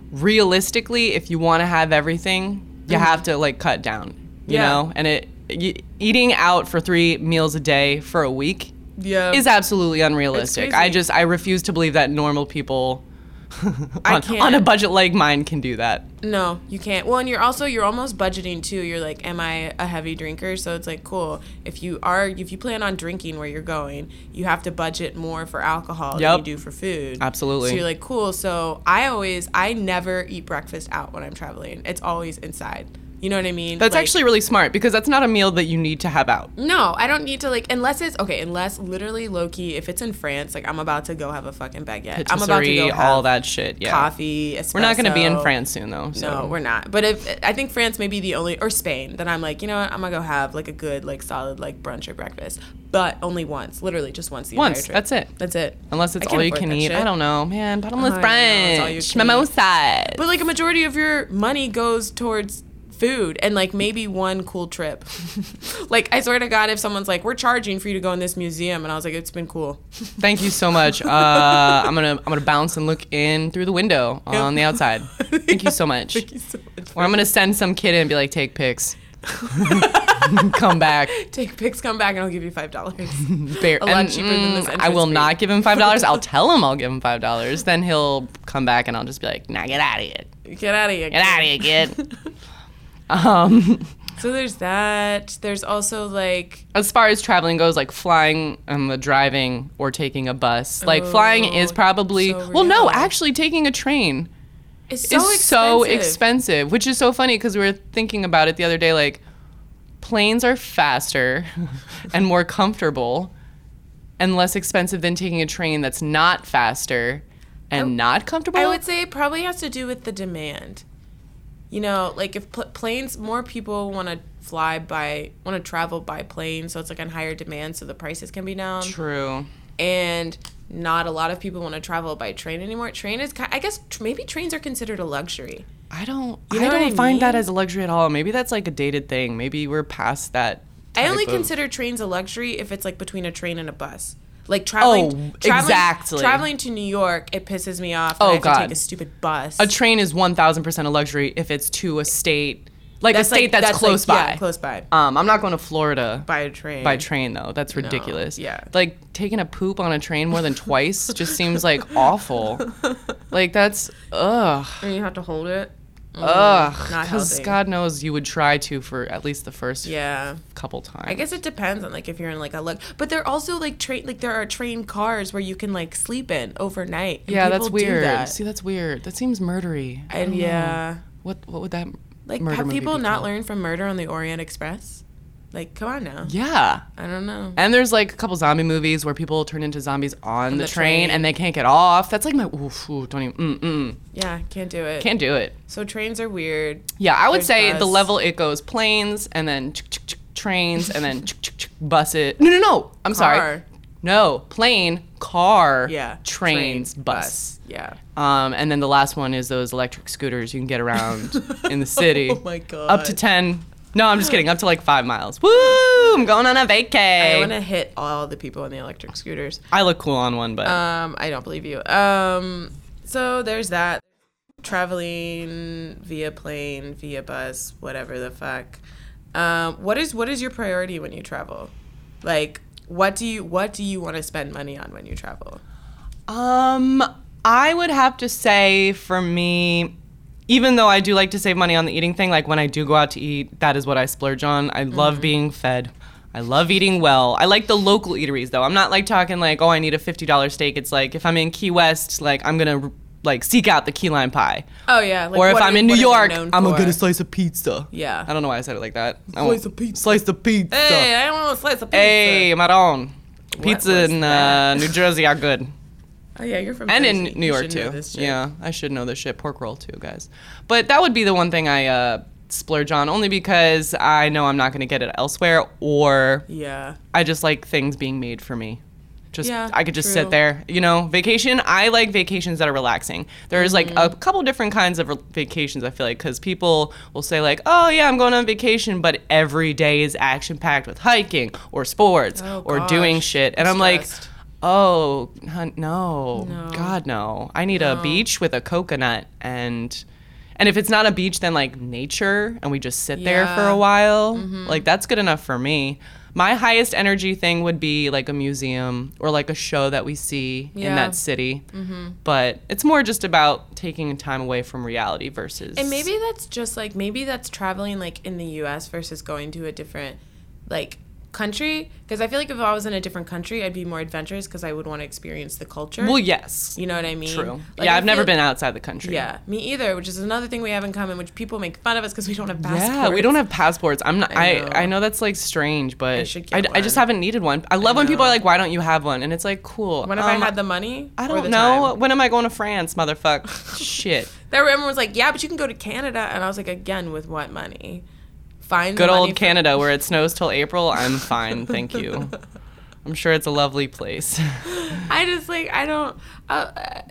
Speaker 1: Realistically, if you want to have everything, you have to like cut down, you
Speaker 2: Mm-hmm. Yeah.
Speaker 1: know? And it y eating out for three meals a day for a week
Speaker 2: yeah,
Speaker 1: is absolutely unrealistic. I
Speaker 2: crazy.
Speaker 1: just, I refuse to believe that normal people
Speaker 2: I
Speaker 1: on,
Speaker 2: can't.
Speaker 1: on a budget like mine can do that.
Speaker 2: No, you can't. Well, and you're also you're almost budgeting too. You're like, am I a heavy drinker? So it's like, cool. If you are, if you plan on drinking where you're going, you have to budget more for alcohol
Speaker 1: Yep.
Speaker 2: than you do for food.
Speaker 1: Absolutely.
Speaker 2: So you're like, cool. So I always, I never eat breakfast out when I'm traveling. It's always inside. You know what I mean?
Speaker 1: That's
Speaker 2: Like- Mm,
Speaker 1: actually really smart because that's not a meal that you need to have out.
Speaker 2: no, I don't need to like unless it's okay. Unless literally low key, if it's in France, like I'm about to go have a fucking baguette. I'm about to
Speaker 1: Patisserie,
Speaker 2: go have
Speaker 1: all that shit. Yeah.
Speaker 2: coffee.
Speaker 1: We're not going to be in
Speaker 2: espresso.
Speaker 1: France soon, though. So.
Speaker 2: No, we're not. But if I think France may be the only or Spain that I'm like, you know what, I'm gonna go have like a good, like solid, like brunch or breakfast, but only once, literally just once. The
Speaker 1: Once.
Speaker 2: Entire trip.
Speaker 1: That's it.
Speaker 2: That's it.
Speaker 1: Unless it's
Speaker 2: I can't
Speaker 1: all you
Speaker 2: afford
Speaker 1: can
Speaker 2: that
Speaker 1: eat.
Speaker 2: shit.
Speaker 1: I don't know, man. Bottomless
Speaker 2: I know, it's all you
Speaker 1: brunch,
Speaker 2: can eat.
Speaker 1: mimosas.
Speaker 2: But like a majority of your money goes towards food and like maybe one cool trip. like I swear to God, if someone's like, "We're charging for you to go in this museum," and I was like, "It's been cool."
Speaker 1: Thank you so much. Uh, I'm gonna I'm gonna bounce and look in through the window on the outside. Thank you so much.
Speaker 2: Thank you so much.
Speaker 1: Or I'm gonna send some kid in and be like, take pics. Come back.
Speaker 2: Take pics, come back, and I'll give you five dollars.
Speaker 1: Bear- mm,
Speaker 2: A lot cheaper than this
Speaker 1: I will
Speaker 2: entrance fee.
Speaker 1: not give him five dollars. I'll tell him I'll give him five dollars. Then he'll come back and I'll just be like, nah, get out of here.
Speaker 2: Get out of here.
Speaker 1: Get out of here, kid. um,
Speaker 2: So there's that. There's also like
Speaker 1: as far as traveling goes, like flying, um, the driving or taking a bus. Like flying is
Speaker 2: Oh,
Speaker 1: probably
Speaker 2: so
Speaker 1: well, no,
Speaker 2: real.
Speaker 1: actually taking a train.
Speaker 2: it's so
Speaker 1: It's
Speaker 2: expensive.
Speaker 1: so expensive, which is so funny because we were thinking about it the other day. Like, planes are faster and more comfortable and less expensive than taking a train that's not faster and not comfortable.
Speaker 2: Oh, I would say it probably has to do with the demand. You know, like if pl- planes, more people want to fly by, want to travel by plane, so it's like on higher demand, so the prices can be down.
Speaker 1: True.
Speaker 2: And not a lot of people want to travel by train anymore. Train is, kind, I guess, tr- maybe trains are considered a luxury.
Speaker 1: I don't. I
Speaker 2: You know what
Speaker 1: don't
Speaker 2: I
Speaker 1: find that
Speaker 2: mean?
Speaker 1: as a luxury at all. Maybe that's like a dated thing. Maybe we're past that.
Speaker 2: I only
Speaker 1: type of-
Speaker 2: consider trains a luxury if it's like between a train and a bus. Like traveling,
Speaker 1: Oh,
Speaker 2: traveling
Speaker 1: exactly.
Speaker 2: Traveling to New York, it pisses me off.
Speaker 1: Oh,
Speaker 2: Oh I have To
Speaker 1: God.
Speaker 2: take a stupid bus.
Speaker 1: a train is one thousand percent a luxury if it's to a state like a state
Speaker 2: like-
Speaker 1: that's,
Speaker 2: like,
Speaker 1: close by.
Speaker 2: Yeah, close by.
Speaker 1: Um, I'm not going to Florida
Speaker 2: By a train.
Speaker 1: by train though. That's ridiculous.
Speaker 2: yeah.
Speaker 1: Like taking a poop on a train more than twice just seems like awful. Like that's ugh
Speaker 2: And you have to hold it.
Speaker 1: ugh.
Speaker 2: Mm, not
Speaker 1: Because
Speaker 2: healthy.
Speaker 1: God knows you would try to for at least the first
Speaker 2: Yeah.
Speaker 1: couple times.
Speaker 2: I guess it depends on like if you're in like a look, but there are also like train like there are train cars where you can like sleep in overnight. and
Speaker 1: Yeah, that's
Speaker 2: people do
Speaker 1: weird.
Speaker 2: that.
Speaker 1: See, that's weird. That seems murdery.
Speaker 2: And yeah,
Speaker 1: What what would that
Speaker 2: like
Speaker 1: murder
Speaker 2: have
Speaker 1: movie
Speaker 2: people
Speaker 1: be
Speaker 2: not
Speaker 1: called?
Speaker 2: learned from Murder on the Orient Express? Like, come on now.
Speaker 1: Yeah.
Speaker 2: I don't know.
Speaker 1: And there's like a couple zombie movies where people turn into zombies on the,
Speaker 2: the
Speaker 1: train,
Speaker 2: train.
Speaker 1: and they can't get off. That's like my oof, ooh, don't even mm, mm,
Speaker 2: Yeah, can't do it.
Speaker 1: can't do it.
Speaker 2: So trains are weird.
Speaker 1: Yeah, I would
Speaker 2: There's
Speaker 1: say the
Speaker 2: bus.
Speaker 1: level it goes planes and then ch- ch- ch- trains and then ch- ch- ch- bus it. No, no, no. I'm sorry.
Speaker 2: Car.
Speaker 1: No, plane, car,
Speaker 2: Yeah.
Speaker 1: trains,
Speaker 2: Train,
Speaker 1: bus.
Speaker 2: Yeah.
Speaker 1: Um, and then the last one is those electric scooters you can get around in the city.
Speaker 2: Oh my god.
Speaker 1: Up to 10. No, I'm just kidding. Up to like five miles. Woo! I'm going on a
Speaker 2: I
Speaker 1: vacay. I,
Speaker 2: want to hit all the people on the electric scooters.
Speaker 1: look cool on one, but
Speaker 2: Um, I don't believe you. Um, so there's that. Traveling via plane, via bus, whatever the fuck. Um, what is what is your priority when you travel? Like, what do you what do you want to spend money on when you travel?
Speaker 1: Um, I would have to say for me, even though I do like to save money on the eating thing, like when I do go out to eat, that is what I splurge on. I
Speaker 2: Mm-hmm.
Speaker 1: love being fed. I love eating well. I like the local eateries though. I'm not like talking like, oh, I need a $50 steak. It's like if I'm in Key West, like I'm going to like seek out the key lime pie.
Speaker 2: Oh yeah. Like,
Speaker 1: or if
Speaker 2: what
Speaker 1: I'm
Speaker 2: are-
Speaker 1: in New
Speaker 2: what are they
Speaker 1: York,
Speaker 2: known
Speaker 1: I'm going to get a
Speaker 2: for?
Speaker 1: slice of pizza.
Speaker 2: Yeah.
Speaker 1: I don't know why I said it like that. I
Speaker 2: Slice
Speaker 1: want-
Speaker 2: of pizza.
Speaker 1: Slice the pizza.
Speaker 2: Hey, I want a slice of pizza.
Speaker 1: Hey, Maron. Pizza
Speaker 2: was
Speaker 1: in uh, New Jersey are good.
Speaker 2: Oh yeah, you're from
Speaker 1: and
Speaker 2: Jersey.
Speaker 1: in New
Speaker 2: You
Speaker 1: York
Speaker 2: should know
Speaker 1: too.
Speaker 2: this shit.
Speaker 1: Yeah, I should know this shit. Pork roll too, guys. But that would be the one thing I uh, splurge on, only because I know I'm not gonna get it elsewhere, or
Speaker 2: Yeah.
Speaker 1: I just like things being made for me. Just
Speaker 2: Yeah,
Speaker 1: I could just sit
Speaker 2: true.
Speaker 1: there, you know. Vacation. I like vacations that are relaxing. There's like
Speaker 2: Mm-hmm.
Speaker 1: a couple different kinds of re- vacations. I feel like because people will say like, "Oh yeah, I'm going on vacation," but every day is action packed with hiking or sports
Speaker 2: Oh,
Speaker 1: or doing
Speaker 2: gosh.
Speaker 1: shit, and I'm like.
Speaker 2: Stressed.
Speaker 1: Oh hun- no.
Speaker 2: No.
Speaker 1: God no! I need a beach with a coconut and, and if it's not a beach, then like nature, and we just sit there for
Speaker 2: Yeah.
Speaker 1: a while.
Speaker 2: Mm-hmm.
Speaker 1: Like that's good enough for me. My highest energy thing would be like a museum or like a show that we see in
Speaker 2: Yeah. Mm-hmm.
Speaker 1: that city. But it's more just about taking time away from reality versus.
Speaker 2: And maybe that's just like maybe that's traveling like in the U.S. versus going to a different like country. Because I feel like if I was in a different country, I'd be more adventurous because I would want to experience the culture.
Speaker 1: Well, yes.
Speaker 2: you know what I mean.
Speaker 1: True.
Speaker 2: Like,
Speaker 1: yeah,
Speaker 2: I
Speaker 1: I've never
Speaker 2: feel-
Speaker 1: been outside the country.
Speaker 2: Yeah, me either. Which is another thing we have in common, which people make fun of us because we don't have passports.
Speaker 1: Yeah, we don't have passports. I'm not. I
Speaker 2: I
Speaker 1: I know,
Speaker 2: know.
Speaker 1: that's like strange, but I,
Speaker 2: should
Speaker 1: I,
Speaker 2: get
Speaker 1: just
Speaker 2: one.
Speaker 1: haven't needed one. I love when people
Speaker 2: know.
Speaker 1: are like, "Why don't you have one?" And it's like, cool.
Speaker 2: When have
Speaker 1: um,
Speaker 2: I had the money?
Speaker 1: I
Speaker 2: or
Speaker 1: don't
Speaker 2: the
Speaker 1: know.
Speaker 2: time?
Speaker 1: When am I going to France, motherfucker? Shit.
Speaker 2: There, were- everyone was like, "Yeah, but you can go to Canada," and I was like, "Again, with what money? Find the
Speaker 1: Good
Speaker 2: money
Speaker 1: old
Speaker 2: for-
Speaker 1: Canada, where it snows till April. I'm fine, thank you. I'm sure it's a lovely place.
Speaker 2: I just like I don't uh, uh,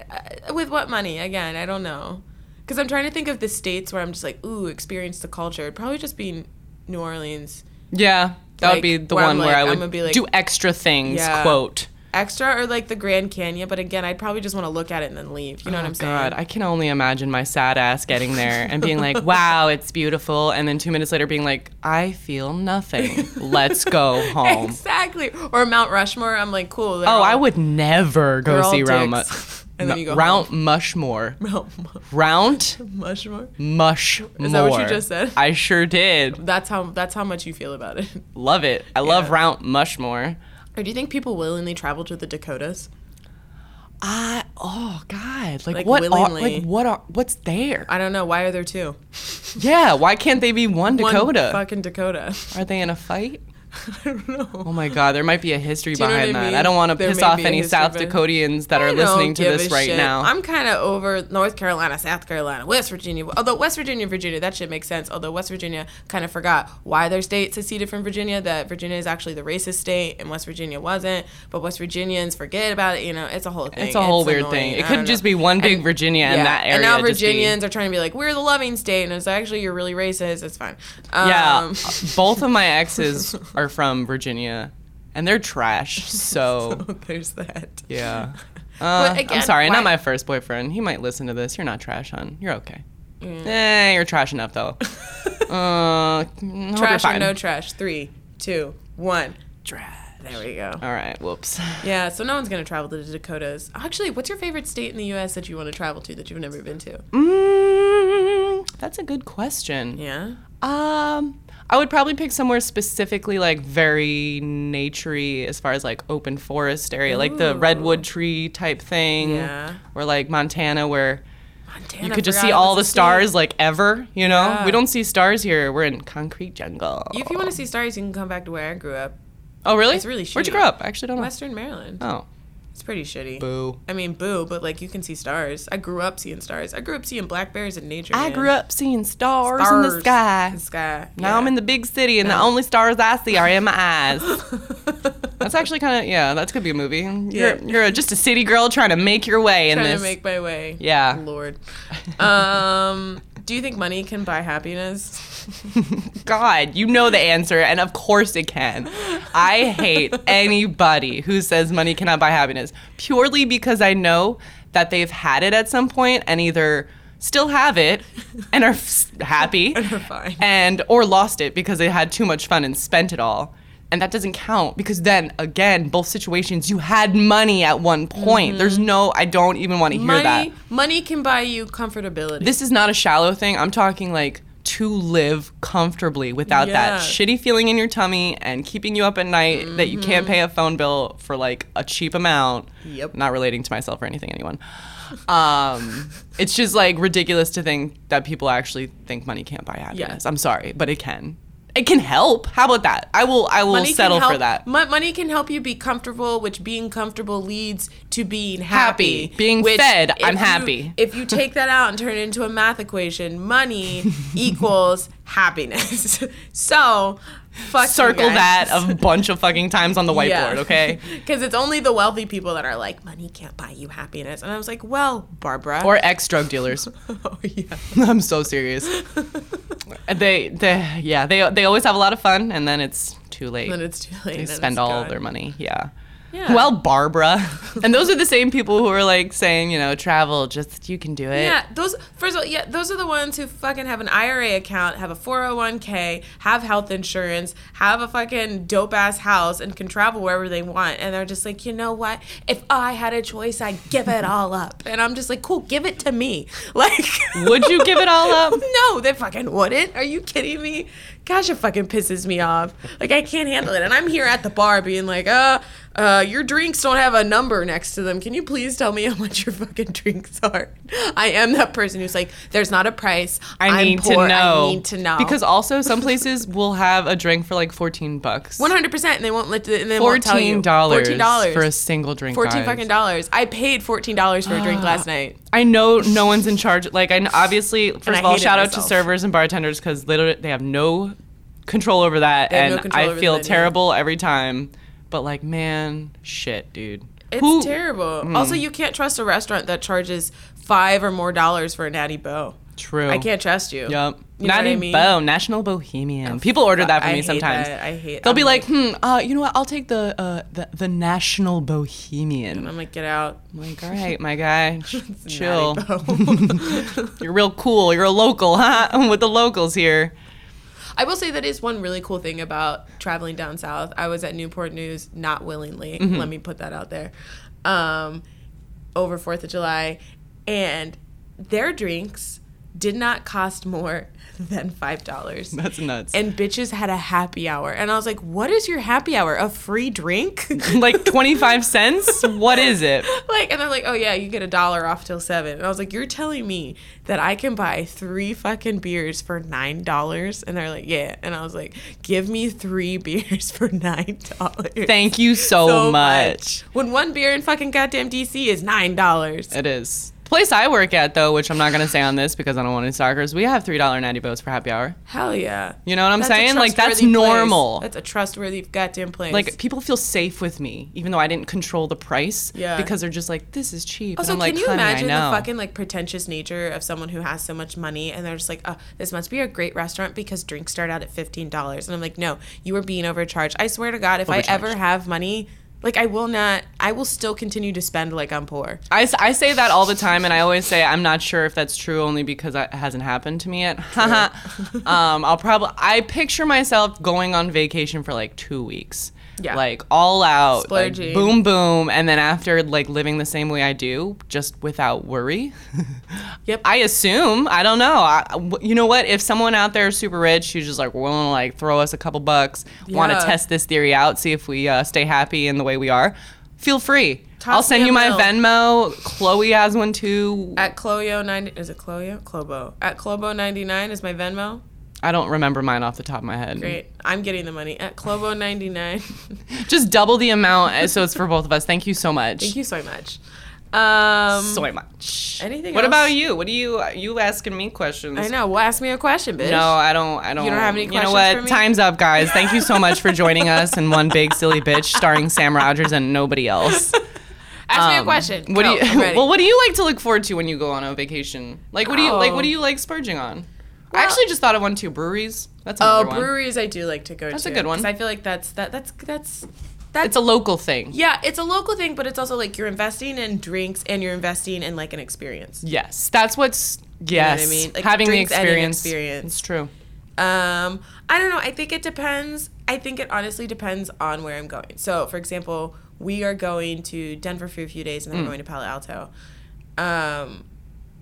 Speaker 2: uh, with what money again. I don't know. Because I'm trying to think of the states where I'm just like, ooh, experience the culture. It'd probably just be New Orleans.
Speaker 1: Yeah, that
Speaker 2: Like,
Speaker 1: would be the
Speaker 2: where I'm
Speaker 1: one where
Speaker 2: like-
Speaker 1: I
Speaker 2: I'm
Speaker 1: would
Speaker 2: gonna be like-
Speaker 1: do extra things.
Speaker 2: Yeah.
Speaker 1: Quote.
Speaker 2: Extra or like the Grand Canyon, but again, I'd probably just want to look at it and then leave. You know what I'm saying?
Speaker 1: Oh, God, I can only imagine my sad ass getting there and being like, "Wow, it's beautiful," and then two minutes later being like, "I feel nothing. Let's go home."
Speaker 2: Exactly. Or Mount Rushmore. I'm like, cool.
Speaker 1: Oh, I would never go see Roma.
Speaker 2: and then you go
Speaker 1: Round Mushmore.
Speaker 2: Mount
Speaker 1: Round
Speaker 2: Rushmore.
Speaker 1: Mushmore.
Speaker 2: Is that what you just said?
Speaker 1: I sure did.
Speaker 2: That's how. That's how much you feel about it.
Speaker 1: Love it. I love
Speaker 2: Yeah.
Speaker 1: Round Mushmore.
Speaker 2: Or do you think people willingly travel to the Dakotas?
Speaker 1: I oh god, like,
Speaker 2: Like,
Speaker 1: what are
Speaker 2: willingly.
Speaker 1: like what are what's there?
Speaker 2: I don't know. Why are there two?
Speaker 1: Yeah, why can't they be one Dakota?
Speaker 2: One fucking Dakota.
Speaker 1: are they in a fight?
Speaker 2: I don't know.
Speaker 1: Oh my god, there might be a history
Speaker 2: you know
Speaker 1: behind
Speaker 2: what I
Speaker 1: that.
Speaker 2: mean?
Speaker 1: I don't want to
Speaker 2: There
Speaker 1: piss
Speaker 2: may
Speaker 1: off
Speaker 2: be a
Speaker 1: any
Speaker 2: history
Speaker 1: South
Speaker 2: behind-
Speaker 1: Dakotians that
Speaker 2: I
Speaker 1: are
Speaker 2: don't
Speaker 1: listening to
Speaker 2: give
Speaker 1: this
Speaker 2: a
Speaker 1: right
Speaker 2: shit.
Speaker 1: now.
Speaker 2: I'm kind of over North Carolina, South Carolina, West Virginia. Although West Virginia, Virginia, that shit makes sense. Although West Virginia kind of forgot why their state seceded from Virginia, that Virginia is actually the racist state and West Virginia wasn't. But West Virgians forget about it. You know, it's a whole thing.
Speaker 1: it's a whole weird thing.
Speaker 2: annoying.
Speaker 1: It
Speaker 2: I
Speaker 1: could
Speaker 2: don't
Speaker 1: just
Speaker 2: know.
Speaker 1: be one big Virginia and that area.
Speaker 2: And now
Speaker 1: just be-
Speaker 2: Virginians are trying to be like, we're the loving state. And it's actually, you're really racist. It's fine. Um,
Speaker 1: Yeah, both of my exes are from Virginia, and they're trash. So
Speaker 2: there's that.
Speaker 1: yeah. Uh,
Speaker 2: again,
Speaker 1: I'm sorry,
Speaker 2: why-
Speaker 1: not my first boyfriend. He might listen to this. You're not trash, hon. You're okay. Eh, you're trash enough though. uh,
Speaker 2: Trash or no trash. Three, two, one. Trash. There we go.
Speaker 1: All right. Whoops.
Speaker 2: Yeah, so no one's gonna travel to the Dakotas. Actually, what's your favorite state in the U.S. that you want to travel to that you've never been to?
Speaker 1: Mm, that's a good question.
Speaker 2: Yeah.
Speaker 1: Um, I would probably pick somewhere specifically like very naturey, as far as like open forest area, like the
Speaker 2: Ooh.
Speaker 1: redwood tree type thing,
Speaker 2: Yeah.
Speaker 1: or like Montana where
Speaker 2: Montana.
Speaker 1: you could just
Speaker 2: forgot
Speaker 1: see
Speaker 2: it
Speaker 1: all the
Speaker 2: was a state.
Speaker 1: stars like ever. You know,
Speaker 2: Yeah.
Speaker 1: we don't see stars here. We're in concrete jungle.
Speaker 2: If you want to see stars, you can come back to where I grew up,
Speaker 1: oh really?
Speaker 2: it's really
Speaker 1: Where'd you
Speaker 2: shitty.
Speaker 1: grow up? I actually don't know.
Speaker 2: Western Maryland.
Speaker 1: oh,
Speaker 2: It's pretty shitty.
Speaker 1: boo.
Speaker 2: I mean, boo, but like you can see stars. I grew up seeing stars. I grew up seeing black bears in nature.
Speaker 1: I
Speaker 2: man.
Speaker 1: grew up seeing stars, in the sky.
Speaker 2: The sky.
Speaker 1: Now I'm in the big city, and the only stars I see are in my eyes. That's actually kind of yeah. That could be a movie. You're
Speaker 2: Yeah.
Speaker 1: you're a- just a city girl trying to make your way in
Speaker 2: trying
Speaker 1: this.
Speaker 2: to make my way.
Speaker 1: Yeah.
Speaker 2: Lord. Um, do you think money can buy happiness?
Speaker 1: God, you know the answer, and of course it can. I hate anybody who says money cannot buy happiness purely because I know that they've had it at some point and either still have it and are f- happy
Speaker 2: And are fine.
Speaker 1: and or lost it because they had too much fun and spent it all. And that doesn't count because then again, both situations you had money at one point. There's no I don't even want to hear
Speaker 2: Mm-hmm. money,
Speaker 1: that.
Speaker 2: money can buy you comfortability.
Speaker 1: this is not a shallow thing. I'm talking like to live comfortably without
Speaker 2: Yeah.
Speaker 1: that shitty feeling in your tummy and keeping you up at night that you can't pay a phone bill for like a cheap amount.
Speaker 2: Mm-hmm. Yep.
Speaker 1: Not relating to myself or anything, anyone. Um, it's just like ridiculous to think that people actually think money can't buy happiness. I'm sorry, but it can. It can help. How about that? I will. I will
Speaker 2: can
Speaker 1: settle
Speaker 2: help,
Speaker 1: for that.
Speaker 2: mon- money can help you be comfortable, which being comfortable leads to being happy.
Speaker 1: Happy. Being
Speaker 2: which
Speaker 1: fed,
Speaker 2: if
Speaker 1: I'm
Speaker 2: you-
Speaker 1: happy.
Speaker 2: If you take that out and turn it into a math equation, money equals happiness. so, fuck you
Speaker 1: Circle that
Speaker 2: guys.
Speaker 1: a bunch of fucking times on the whiteboard.
Speaker 2: Yeah.
Speaker 1: Okay.
Speaker 2: Because it's only the wealthy people that are like, money can't buy you happiness. And I was like, well, Barbara.
Speaker 1: Or ex drug dealers.
Speaker 2: oh, yeah.
Speaker 1: I'm so serious. they, they, yeah, they, they always have a lot of fun, and then it's too late.
Speaker 2: Then it's too late.
Speaker 1: they
Speaker 2: and
Speaker 1: spend
Speaker 2: it's
Speaker 1: all
Speaker 2: gone.
Speaker 1: their money. Yeah.
Speaker 2: Yeah.
Speaker 1: Well, Barbara, and those are the same people who are like saying, you know, travel, just you can do it.
Speaker 2: Yeah, those first of all, yeah, those are the ones who fucking have an IRA account, have a 401k, have health insurance, have a fucking dope ass house, and can travel wherever they want. And they're just like, you know what? If I had a choice, I'd give it all up. And I'm just like, cool, give it to me. Like,
Speaker 1: Would you give it all up?
Speaker 2: No, they fucking wouldn't. Are you kidding me? Gosh, it fucking pisses me off. Like I can't handle it. And I'm here at the bar being like, uh, uh, your drinks don't have a number next to them. Can you please tell me how much your fucking drinks are? I am that person who's like, there's not a price.
Speaker 1: I
Speaker 2: I'm
Speaker 1: need
Speaker 2: poor.
Speaker 1: to know.
Speaker 2: I need to know.
Speaker 1: Because also, some places will have a drink for like 14 bucks.
Speaker 2: one hundred percent, and they won't let the, and they won't tell you.
Speaker 1: $14,
Speaker 2: $14
Speaker 1: for a single drink.
Speaker 2: fourteen
Speaker 1: guys.
Speaker 2: fucking dollars. I paid fourteen dollars for a drink last night.
Speaker 1: I know no one's in charge. Like, I kn- obviously,
Speaker 2: I
Speaker 1: first of all,
Speaker 2: hated
Speaker 1: shout out
Speaker 2: myself.
Speaker 1: to servers and bartenders because literally they have no control over that,
Speaker 2: have no
Speaker 1: and
Speaker 2: control
Speaker 1: I
Speaker 2: over the
Speaker 1: feel
Speaker 2: menu.
Speaker 1: terrible every time. But like, man, shit, dude.
Speaker 2: It's
Speaker 1: Who- Mm.
Speaker 2: terrible. Also, you can't trust a restaurant that charges five or more dollars for a natty bow.
Speaker 1: True.
Speaker 2: I can't trust you.
Speaker 1: Yep.
Speaker 2: You know what I
Speaker 1: Natty
Speaker 2: mean?
Speaker 1: Bo, National Bohemian. People order that for
Speaker 2: I
Speaker 1: me
Speaker 2: hate
Speaker 1: sometimes.
Speaker 2: that. I hate.
Speaker 1: They'll
Speaker 2: I'm
Speaker 1: be like, hmm, uh, you know what? I'll take the uh, the, the National Bohemian.
Speaker 2: I'm like, get out.
Speaker 1: I'm like, all right, my guy, ch- chill.
Speaker 2: Natty Bo.
Speaker 1: You're real cool. You're a local, huh? I'm with the locals here.
Speaker 2: I will say that is one really cool thing about traveling down south. I was at Newport News not willingly.
Speaker 1: Mm-hmm.
Speaker 2: Let me put that out there. Um, over Fourth of July, and their drinks did not cost more than five dollars.
Speaker 1: That's nuts.
Speaker 2: And bitches had a happy hour, and I was like, "What is your happy hour? A free drink?"
Speaker 1: like 25 cents? What is it?
Speaker 2: like and they're like oh yeah you get a dollar off till seven and i was like you're telling me that i can buy three fucking beers for nine dollars and they're like yeah and i was like give me three beers for nine dollars
Speaker 1: Thank you so, much.
Speaker 2: when one beer in fucking goddamn dc is nine dollars
Speaker 1: It is. The place I work at, though, which I'm not going to say on this because I don't want any stalkers, we have $3 natty bows for happy hour.
Speaker 2: hell yeah
Speaker 1: You know what I'm
Speaker 2: That's a
Speaker 1: saying? Like, that's
Speaker 2: trustworthy place.
Speaker 1: normal.
Speaker 2: that's a trustworthy goddamn place
Speaker 1: like people feel safe with me, even though I didn't control the price.
Speaker 2: Yeah.
Speaker 1: Because they're just like, this is cheap.
Speaker 2: Also,
Speaker 1: and I'm
Speaker 2: can
Speaker 1: like,
Speaker 2: you
Speaker 1: honey,
Speaker 2: imagine
Speaker 1: I
Speaker 2: the
Speaker 1: know.
Speaker 2: fucking like pretentious nature of someone who has so much money and they're just like, oh, this must be a great restaurant because drinks start out at fifteen dollars. And I'm like, no, you are being overcharged. I swear to God, if I ever
Speaker 1: Overcharged.
Speaker 2: have money, like I will not, I will still continue to spend like I'm poor.
Speaker 1: I, s- I say that all the time, and I always say I'm not sure if that's true only because I- it hasn't happened to me yet. um, I'll probably I picture myself going on vacation for like two weeks,
Speaker 2: Yeah.
Speaker 1: like all out, like,
Speaker 2: Splurging.
Speaker 1: boom boom, and then after like living the same way I do, just without worry.
Speaker 2: Yep.
Speaker 1: I assume I don't know. I, w- you know what? If someone out there is super rich, who's just like willing to like throw us a couple bucks, want to
Speaker 2: Yeah.
Speaker 1: test this theory out, see if we uh, stay happy in the way we are, feel free.
Speaker 2: Toss
Speaker 1: I'll send
Speaker 2: me a
Speaker 1: you my
Speaker 2: bill.
Speaker 1: Venmo. Chloe has one too.
Speaker 2: at Cloyo ninety is it Cloyo? Clobo. At Clobo ninety nine is my Venmo.
Speaker 1: I don't remember mine off the top of my head.
Speaker 2: Great. I'm getting the money. At Clobo ninety nine.
Speaker 1: Just double the amount, uh, so it's for both of us. Thank you so much.
Speaker 2: Thank you so much. Um
Speaker 1: so much.
Speaker 2: anything
Speaker 1: What
Speaker 2: else?
Speaker 1: about you? What do you you asking me questions?
Speaker 2: I know. Well ask me a question, bitch.
Speaker 1: No, I don't. I don't.
Speaker 2: don't have any
Speaker 1: You know
Speaker 2: questions
Speaker 1: what?
Speaker 2: for me?
Speaker 1: Time's up, guys. Thank you so much for joining us in one big silly bitch, starring Sam Rogers and nobody else.
Speaker 2: Ask me a
Speaker 1: Um,
Speaker 2: question.
Speaker 1: What
Speaker 2: Go.
Speaker 1: do
Speaker 2: I'm
Speaker 1: you?
Speaker 2: ready.
Speaker 1: Well, what do you like to look forward to when you go on a vacation? Like, what do you like?
Speaker 2: Oh.
Speaker 1: What do you like splurging on?
Speaker 2: Well-
Speaker 1: I actually just thought of one too. Breweries. That's
Speaker 2: Oh,
Speaker 1: another one.
Speaker 2: breweries I do like to go
Speaker 1: That's
Speaker 2: to.
Speaker 1: a good one.
Speaker 2: 'cause I feel like that's that that's that's
Speaker 1: It's a local thing.
Speaker 2: yeah, it's a local thing, but it's also like you're investing in drinks and you're investing in like an experience.
Speaker 1: Yes, that's what's yes.
Speaker 2: I mean? Like,
Speaker 1: having the
Speaker 2: drinks and an
Speaker 1: experience.
Speaker 2: experience.
Speaker 1: It's true.
Speaker 2: Um, I don't know. I think it depends. I think it honestly depends on where I'm going. So, for example, we are going to Denver for a few days, and
Speaker 1: Mm.
Speaker 2: then we're going to Palo Alto. Um,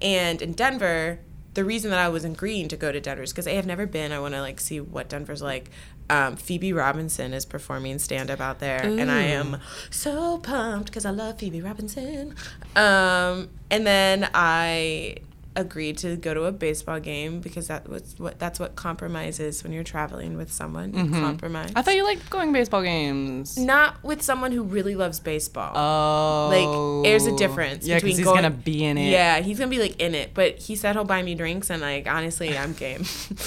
Speaker 2: and in Denver, the reason that I was agreeing to go to Denver is because I have never been. I want to like see what Denver's like. Um, Phoebe Robinson is performing stand up out there, and I am so pumped because I love Phoebe Robinson. Um, and then I agreed to go to a baseball game because that was what that's what compromise is when you're traveling with someone. You Compromise,
Speaker 1: Mm-hmm. I thought you liked going to baseball games.
Speaker 2: not with someone who really loves baseball.
Speaker 1: Oh,
Speaker 2: Like, there's a difference
Speaker 1: Yeah,
Speaker 2: between
Speaker 1: because he's
Speaker 2: going-
Speaker 1: gonna be in it.
Speaker 2: Yeah, he's gonna be like in it, but he said he'll buy me drinks, and like honestly, I'm game.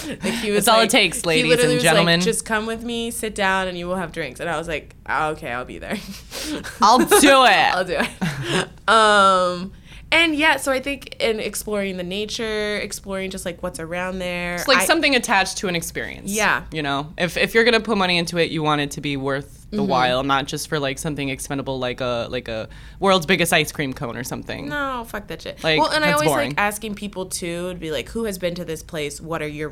Speaker 2: like he was.
Speaker 1: That's all it
Speaker 2: like-
Speaker 1: takes,
Speaker 2: he
Speaker 1: ladies
Speaker 2: literally
Speaker 1: and
Speaker 2: was
Speaker 1: gentlemen.
Speaker 2: Like, Just come with me, sit down, and you will have drinks. And I was like, "Ah, okay, I'll be there.
Speaker 1: I'll do it.
Speaker 2: I'll do it. um, and yeah, so I think in exploring the nature, exploring just like what's around there,
Speaker 1: It's like
Speaker 2: I-
Speaker 1: something attached to an experience.
Speaker 2: Yeah.
Speaker 1: You know, if if you're gonna put money into it, you want it to be worth
Speaker 2: Mm-hmm.
Speaker 1: the while, not just for like something expendable like a like a world's biggest ice cream cone or something.
Speaker 2: No, fuck that shit.
Speaker 1: Like,
Speaker 2: well, and I
Speaker 1: that's
Speaker 2: always
Speaker 1: boring.
Speaker 2: like asking people too to be like, who has been to this place? What are your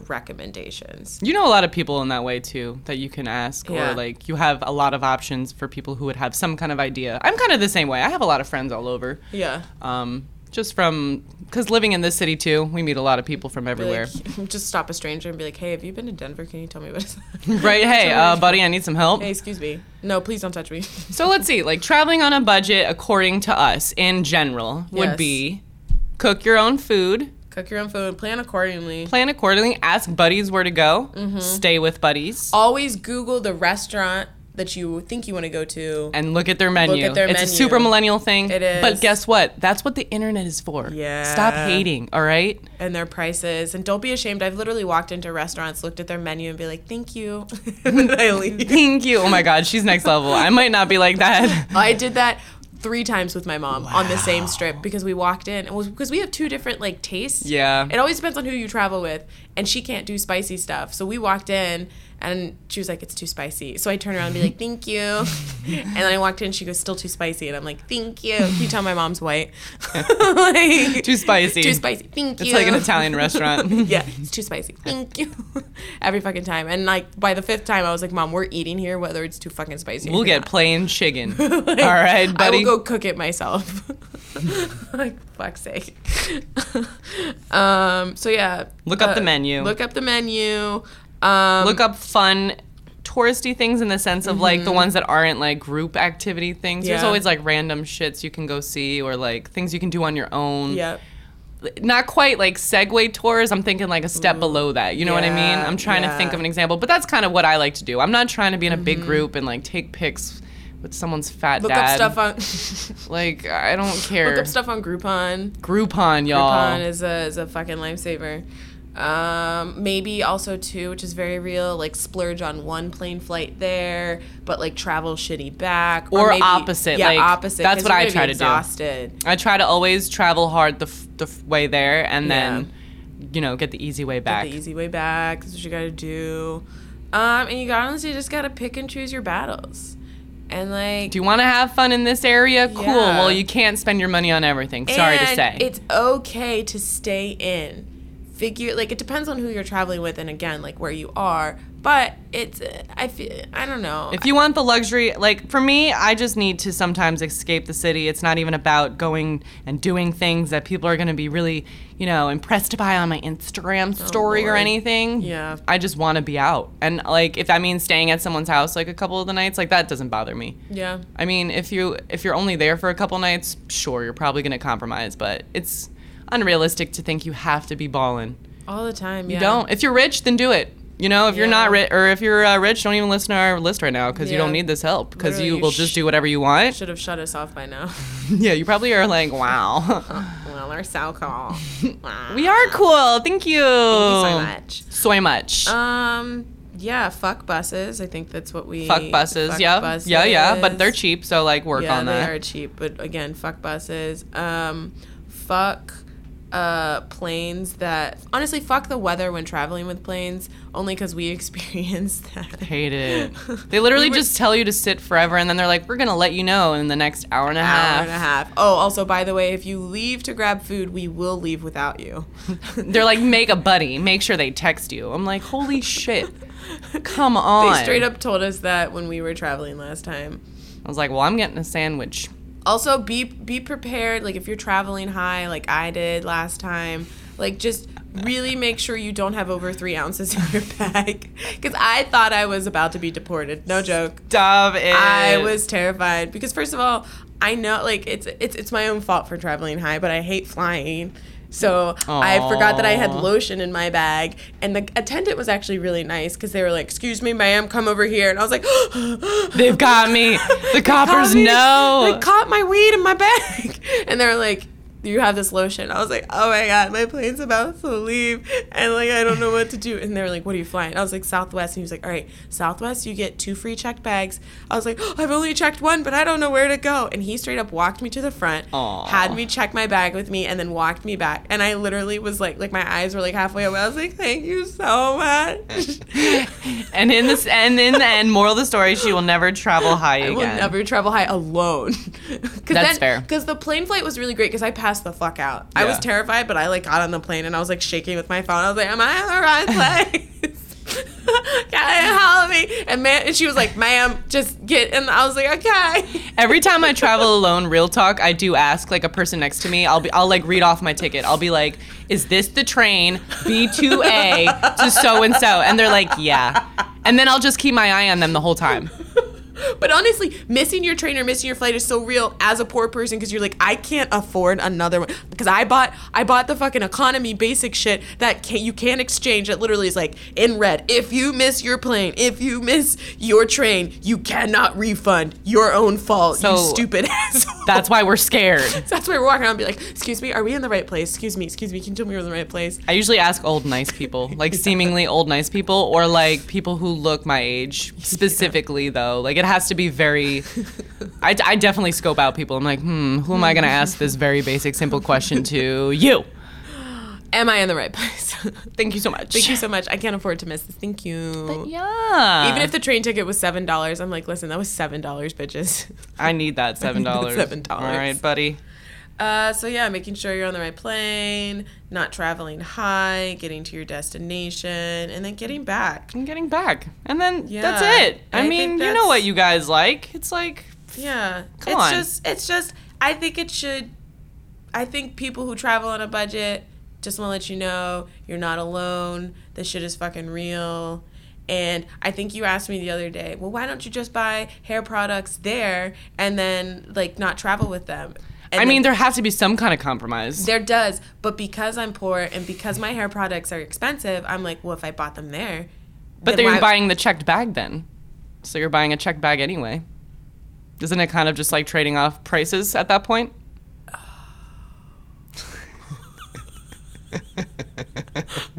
Speaker 2: recommendations?
Speaker 1: You know a lot of people in that way too that you can ask,
Speaker 2: Yeah.
Speaker 1: or like you have a lot of options for people who would have some kind of idea. I'm kind of the same way. I have a lot of friends all over.
Speaker 2: Yeah.
Speaker 1: Um, just from because living in this city too, we meet a lot of people from
Speaker 2: Be
Speaker 1: everywhere.
Speaker 2: like, just stop a stranger and be like, hey, have you been to Denver? Can you tell me what it's
Speaker 1: right? Hey, uh, buddy, I need some help.
Speaker 2: Hey, excuse me. No, please don't touch me.
Speaker 1: So let's see. Like traveling on a budget, according to us in general,
Speaker 2: Yes.
Speaker 1: would be cook your own food,
Speaker 2: Cook your own food, plan accordingly.
Speaker 1: plan accordingly, ask buddies where to go,
Speaker 2: Mm-hmm.
Speaker 1: stay with buddies,
Speaker 2: Always Google the restaurant that you think you want to go to.
Speaker 1: and look at their menu.
Speaker 2: at their
Speaker 1: it's a
Speaker 2: menu.
Speaker 1: super millennial thing.
Speaker 2: It is.
Speaker 1: But guess what? That's what the internet is for.
Speaker 2: Yeah.
Speaker 1: Stop hating. All right.
Speaker 2: and their prices. And don't be ashamed. I've literally walked into restaurants, looked at their menu, and be like, thank you. and I leave.
Speaker 1: Thank you. Oh my God, she's next level. I might not be like that.
Speaker 2: I did that three times with my mom on the same strip because we walked in and was because we have two different like tastes.
Speaker 1: Yeah.
Speaker 2: It always depends on who you travel with, and she can't do spicy stuff. So we walked in and she was like, "It's too spicy." So I turned around and be like, "Thank you," and then I walked in. She goes, "Still too spicy," and I'm like, "Thank you." Can you tell my mom's white? like,
Speaker 1: Too spicy.
Speaker 2: Too spicy. Thank you.
Speaker 1: It's like an Italian restaurant.
Speaker 2: yeah, it's too spicy. Thank you. Every fucking time. And like by the fifth time, I was like, Mom, we're eating here, whether it's too fucking spicy. or
Speaker 1: We'll get
Speaker 2: not."
Speaker 1: plain chicken.
Speaker 2: Like,
Speaker 1: All right, buddy.
Speaker 2: I will go cook it myself. like fuck's sake. um. So yeah.
Speaker 1: Look up the menu.
Speaker 2: Uh, Look up the menu. Um,
Speaker 1: Look up fun touristy things in the sense of like the ones that aren't like group activity things. There's
Speaker 2: Mm-hmm. Yeah.
Speaker 1: always like random shits you can go see or like things you can do on your own.
Speaker 2: Yep.
Speaker 1: Not quite like Segway tours. I'm thinking like a step below that. You know what I mean?
Speaker 2: Yeah,
Speaker 1: I'm trying to
Speaker 2: yeah. Mm-hmm.
Speaker 1: think of an example, but that's kind of what I like to do. I'm not trying to be in a big group and like take pics with someone's fat
Speaker 2: Look
Speaker 1: dad.
Speaker 2: up stuff on.
Speaker 1: Like I don't care.
Speaker 2: look up stuff on Groupon.
Speaker 1: Groupon, y'all.
Speaker 2: Groupon is a is a fucking lifesaver. Um, maybe also too, which is very real, like splurge on one plane flight there, but like travel shitty back,
Speaker 1: Or
Speaker 2: maybe-
Speaker 1: opposite,
Speaker 2: Yeah,
Speaker 1: like,
Speaker 2: opposite.
Speaker 1: that's
Speaker 2: 'cause
Speaker 1: what
Speaker 2: you're
Speaker 1: I
Speaker 2: gonna be
Speaker 1: try to do.
Speaker 2: Exhausted.
Speaker 1: I try to always travel hard the, f- the f- way there and then, you know, get the easy way back.
Speaker 2: The easy way back. That's what you gotta do. Um, and you gotta honestly just gotta pick and choose your battles, and like.
Speaker 1: Do you want to have fun in this area? Cool.
Speaker 2: Yeah.
Speaker 1: Well, you can't spend your money on everything. Sorry to
Speaker 2: And
Speaker 1: say.
Speaker 2: It's okay to stay in. Figure like it depends on who you're traveling with and again like where you are, but it's uh, I feel I don't know.
Speaker 1: if you want the luxury, like for me, I just need to sometimes escape the city. It's not even about going and doing things that people are going to be really, you know, impressed by on my Instagram story or
Speaker 2: Lord.
Speaker 1: anything.
Speaker 2: Oh, Yeah.
Speaker 1: I just want to be out. And like if that means staying at someone's house like a couple of the nights, like that doesn't bother me.
Speaker 2: yeah.
Speaker 1: I mean, if you if you're only there for a couple nights, sure, you're probably gonna compromise, but it's unrealistic to think you have to be ballin'.
Speaker 2: All the time. Yeah.
Speaker 1: You don't. If you're rich, then do it. You know, if you're not
Speaker 2: Yeah.
Speaker 1: rich, or if you're uh, rich, don't even listen to our list right now because you
Speaker 2: Yeah.
Speaker 1: don't need this help because
Speaker 2: Literally,
Speaker 1: you
Speaker 2: you
Speaker 1: will
Speaker 2: sh-
Speaker 1: just do whatever you want.
Speaker 2: Should have shut us off by now.
Speaker 1: yeah, you probably are like, wow,
Speaker 2: well, our Sal call. Wow.
Speaker 1: we are cool. Thank you.
Speaker 2: Thank you so much.
Speaker 1: So much.
Speaker 2: Um. Yeah. Fuck buses. I think that's what we.
Speaker 1: fuck buses.
Speaker 2: fuck
Speaker 1: yeah, yeah, yeah. But
Speaker 2: buses.
Speaker 1: they're cheap, so like work
Speaker 2: yeah,
Speaker 1: on
Speaker 2: they
Speaker 1: that.
Speaker 2: are cheap. But again, fuck buses. Um, fuck uh planes that honestly fuck the weather when traveling with planes only because we experienced that
Speaker 1: Hate it. They literally
Speaker 2: We were-
Speaker 1: just tell you to sit forever, and then they're like, "We're gonna let you know in the next hour and a half."
Speaker 2: hour and a half oh also by the way if you leave to grab food we will leave without you
Speaker 1: They're like, "Make a buddy. Make sure they text you." I'm like, "Holy shit! Come on!"
Speaker 2: they straight up told us that when we were traveling last time
Speaker 1: I was like, "Well, I'm getting a sandwich."
Speaker 2: also be be prepared like if you're traveling high like i did last time like just really make sure you don't have over three ounces in your bag because i thought i was about to be deported no joke
Speaker 1: Dove it.
Speaker 2: i was terrified because first of all i know like it's it's, it's my own fault for traveling high but i hate flying so I forgot that I had
Speaker 1: Aw.
Speaker 2: lotion in my bag, and the attendant was actually really nice because they were like, "Excuse me, ma'am, come over here," and I was like,
Speaker 1: They've got me. The coppers
Speaker 2: caught me.
Speaker 1: know.
Speaker 2: They caught my weed in my bag. And they were like, you have this lotion. I was like, oh my God, my plane's about to leave. And like, I don't know what to do. And they were like, what are you flying? I was like, Southwest. And he was like, all right, Southwest, you get two free checked bags. I was like, oh, I've only checked one, but I don't know where to go. And he straight up walked me to the front,
Speaker 1: Aw.
Speaker 2: had me check my bag with me, and then walked me back. And I literally was like, like my eyes were like halfway away. I was like, thank you so much.
Speaker 1: and in this, and in the end, moral of the story, she will never travel high
Speaker 2: I
Speaker 1: again.
Speaker 2: will never travel high alone. Cause
Speaker 1: That's fair.
Speaker 2: Because the plane flight was really great because I passed the fuck out. I was
Speaker 1: Yeah.
Speaker 2: terrified, but I like got on the plane and I was like shaking with my phone. I was like, "Am I on the right place? Can you help me?" And man, and she was like, "Ma'am, just get." And I was like, "Okay."
Speaker 1: Every time I travel alone, real talk, I do ask like a person next to me. I'll be I'll like read off my ticket. I'll be like, "Is this the train B2A to so and so?" And they're like, "Yeah." And then I'll just keep my eye on them the whole time.
Speaker 2: But honestly, missing your train or missing your flight is so real as a poor person because you're like, I can't afford another one because I bought I bought the fucking economy basic shit that can you can't exchange. It literally is like in red. If you miss your plane, if you miss your train, you cannot refund. Your own fault.
Speaker 1: So-
Speaker 2: you stupid asshole.
Speaker 1: That's why we're scared.
Speaker 2: That's where we're walking around and be like, excuse me, are we in the right place? Excuse me, excuse me, can you tell me we're in the right place?
Speaker 1: I usually ask old nice people, like seemingly old nice people, or like people who look my age specifically, though. Like it has to be very. I, I definitely scope out people. I'm like, hmm, who am I going to ask this very basic, simple question to? You.
Speaker 2: Am I in the right place?
Speaker 1: Thank you so much.
Speaker 2: Thank you so much. I can't afford to miss this. Thank you.
Speaker 1: Yeah.
Speaker 2: Even if the train ticket was seven dollars, I'm like, listen, that was seven dollars, bitches.
Speaker 1: I need that $7.
Speaker 2: $7.
Speaker 1: All right, buddy.
Speaker 2: Uh, so yeah, making sure you're on the right plane, not traveling high, getting to your destination, and then getting back.
Speaker 1: I'm getting back. And then
Speaker 2: Yeah.
Speaker 1: that's it. I,
Speaker 2: I think
Speaker 1: mean, you know
Speaker 2: that's-
Speaker 1: what you guys like. It's like,
Speaker 2: Yeah.
Speaker 1: Come
Speaker 2: it's
Speaker 1: on.
Speaker 2: just it's just I think it should I think people who travel on a budget just want to let you know you're not alone. This shit is fucking real. And I think you asked me the other day, well, why don't you just buy hair products there and then like not travel with them? And
Speaker 1: I
Speaker 2: then-
Speaker 1: mean, there has to be some kind of compromise.
Speaker 2: there does, but because I'm poor and because my hair products are expensive, I'm like, well, if I bought them there,
Speaker 1: But
Speaker 2: then
Speaker 1: then you're
Speaker 2: why-
Speaker 1: buying the checked bag then. So you're buying a checked bag anyway. Isn't it kind of just like trading off prices at that point?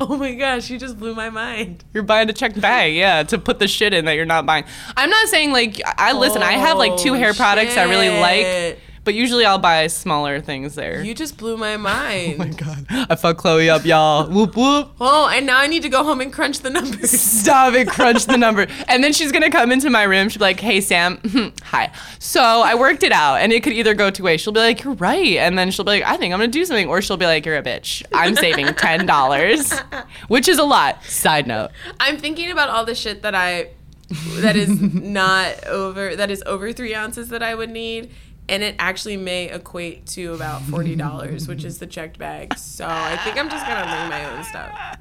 Speaker 2: Oh my gosh, you just blew my mind.
Speaker 1: You're buying a checked bag, yeah, to put the shit in that you're not buying. I'm not saying like I I- listen, I have like two
Speaker 2: Oh,
Speaker 1: hair products I really like,
Speaker 2: shit.
Speaker 1: but usually I'll buy smaller things there.
Speaker 2: You just blew my mind.
Speaker 1: oh my god. I fucked Chloe up, y'all. whoop whoop.
Speaker 2: Oh, and now I need to go home and crunch the numbers.
Speaker 1: Stop it, crunch the number. And then she's gonna come into my room. She'll be like, hey, Sam, hi. So I worked it out, and it could either go two ways. She'll be like, you're right. And then she'll be like, I think I'm gonna do something. Or she'll be like, you're a bitch. I'm saving $10, which is a lot. Side note.
Speaker 2: I'm thinking about all the shit that I that is not over that is over three ounces that I would need, and it actually may equate to about forty dollars, which is the checked bag. So I think I'm just gonna bring my own stuff.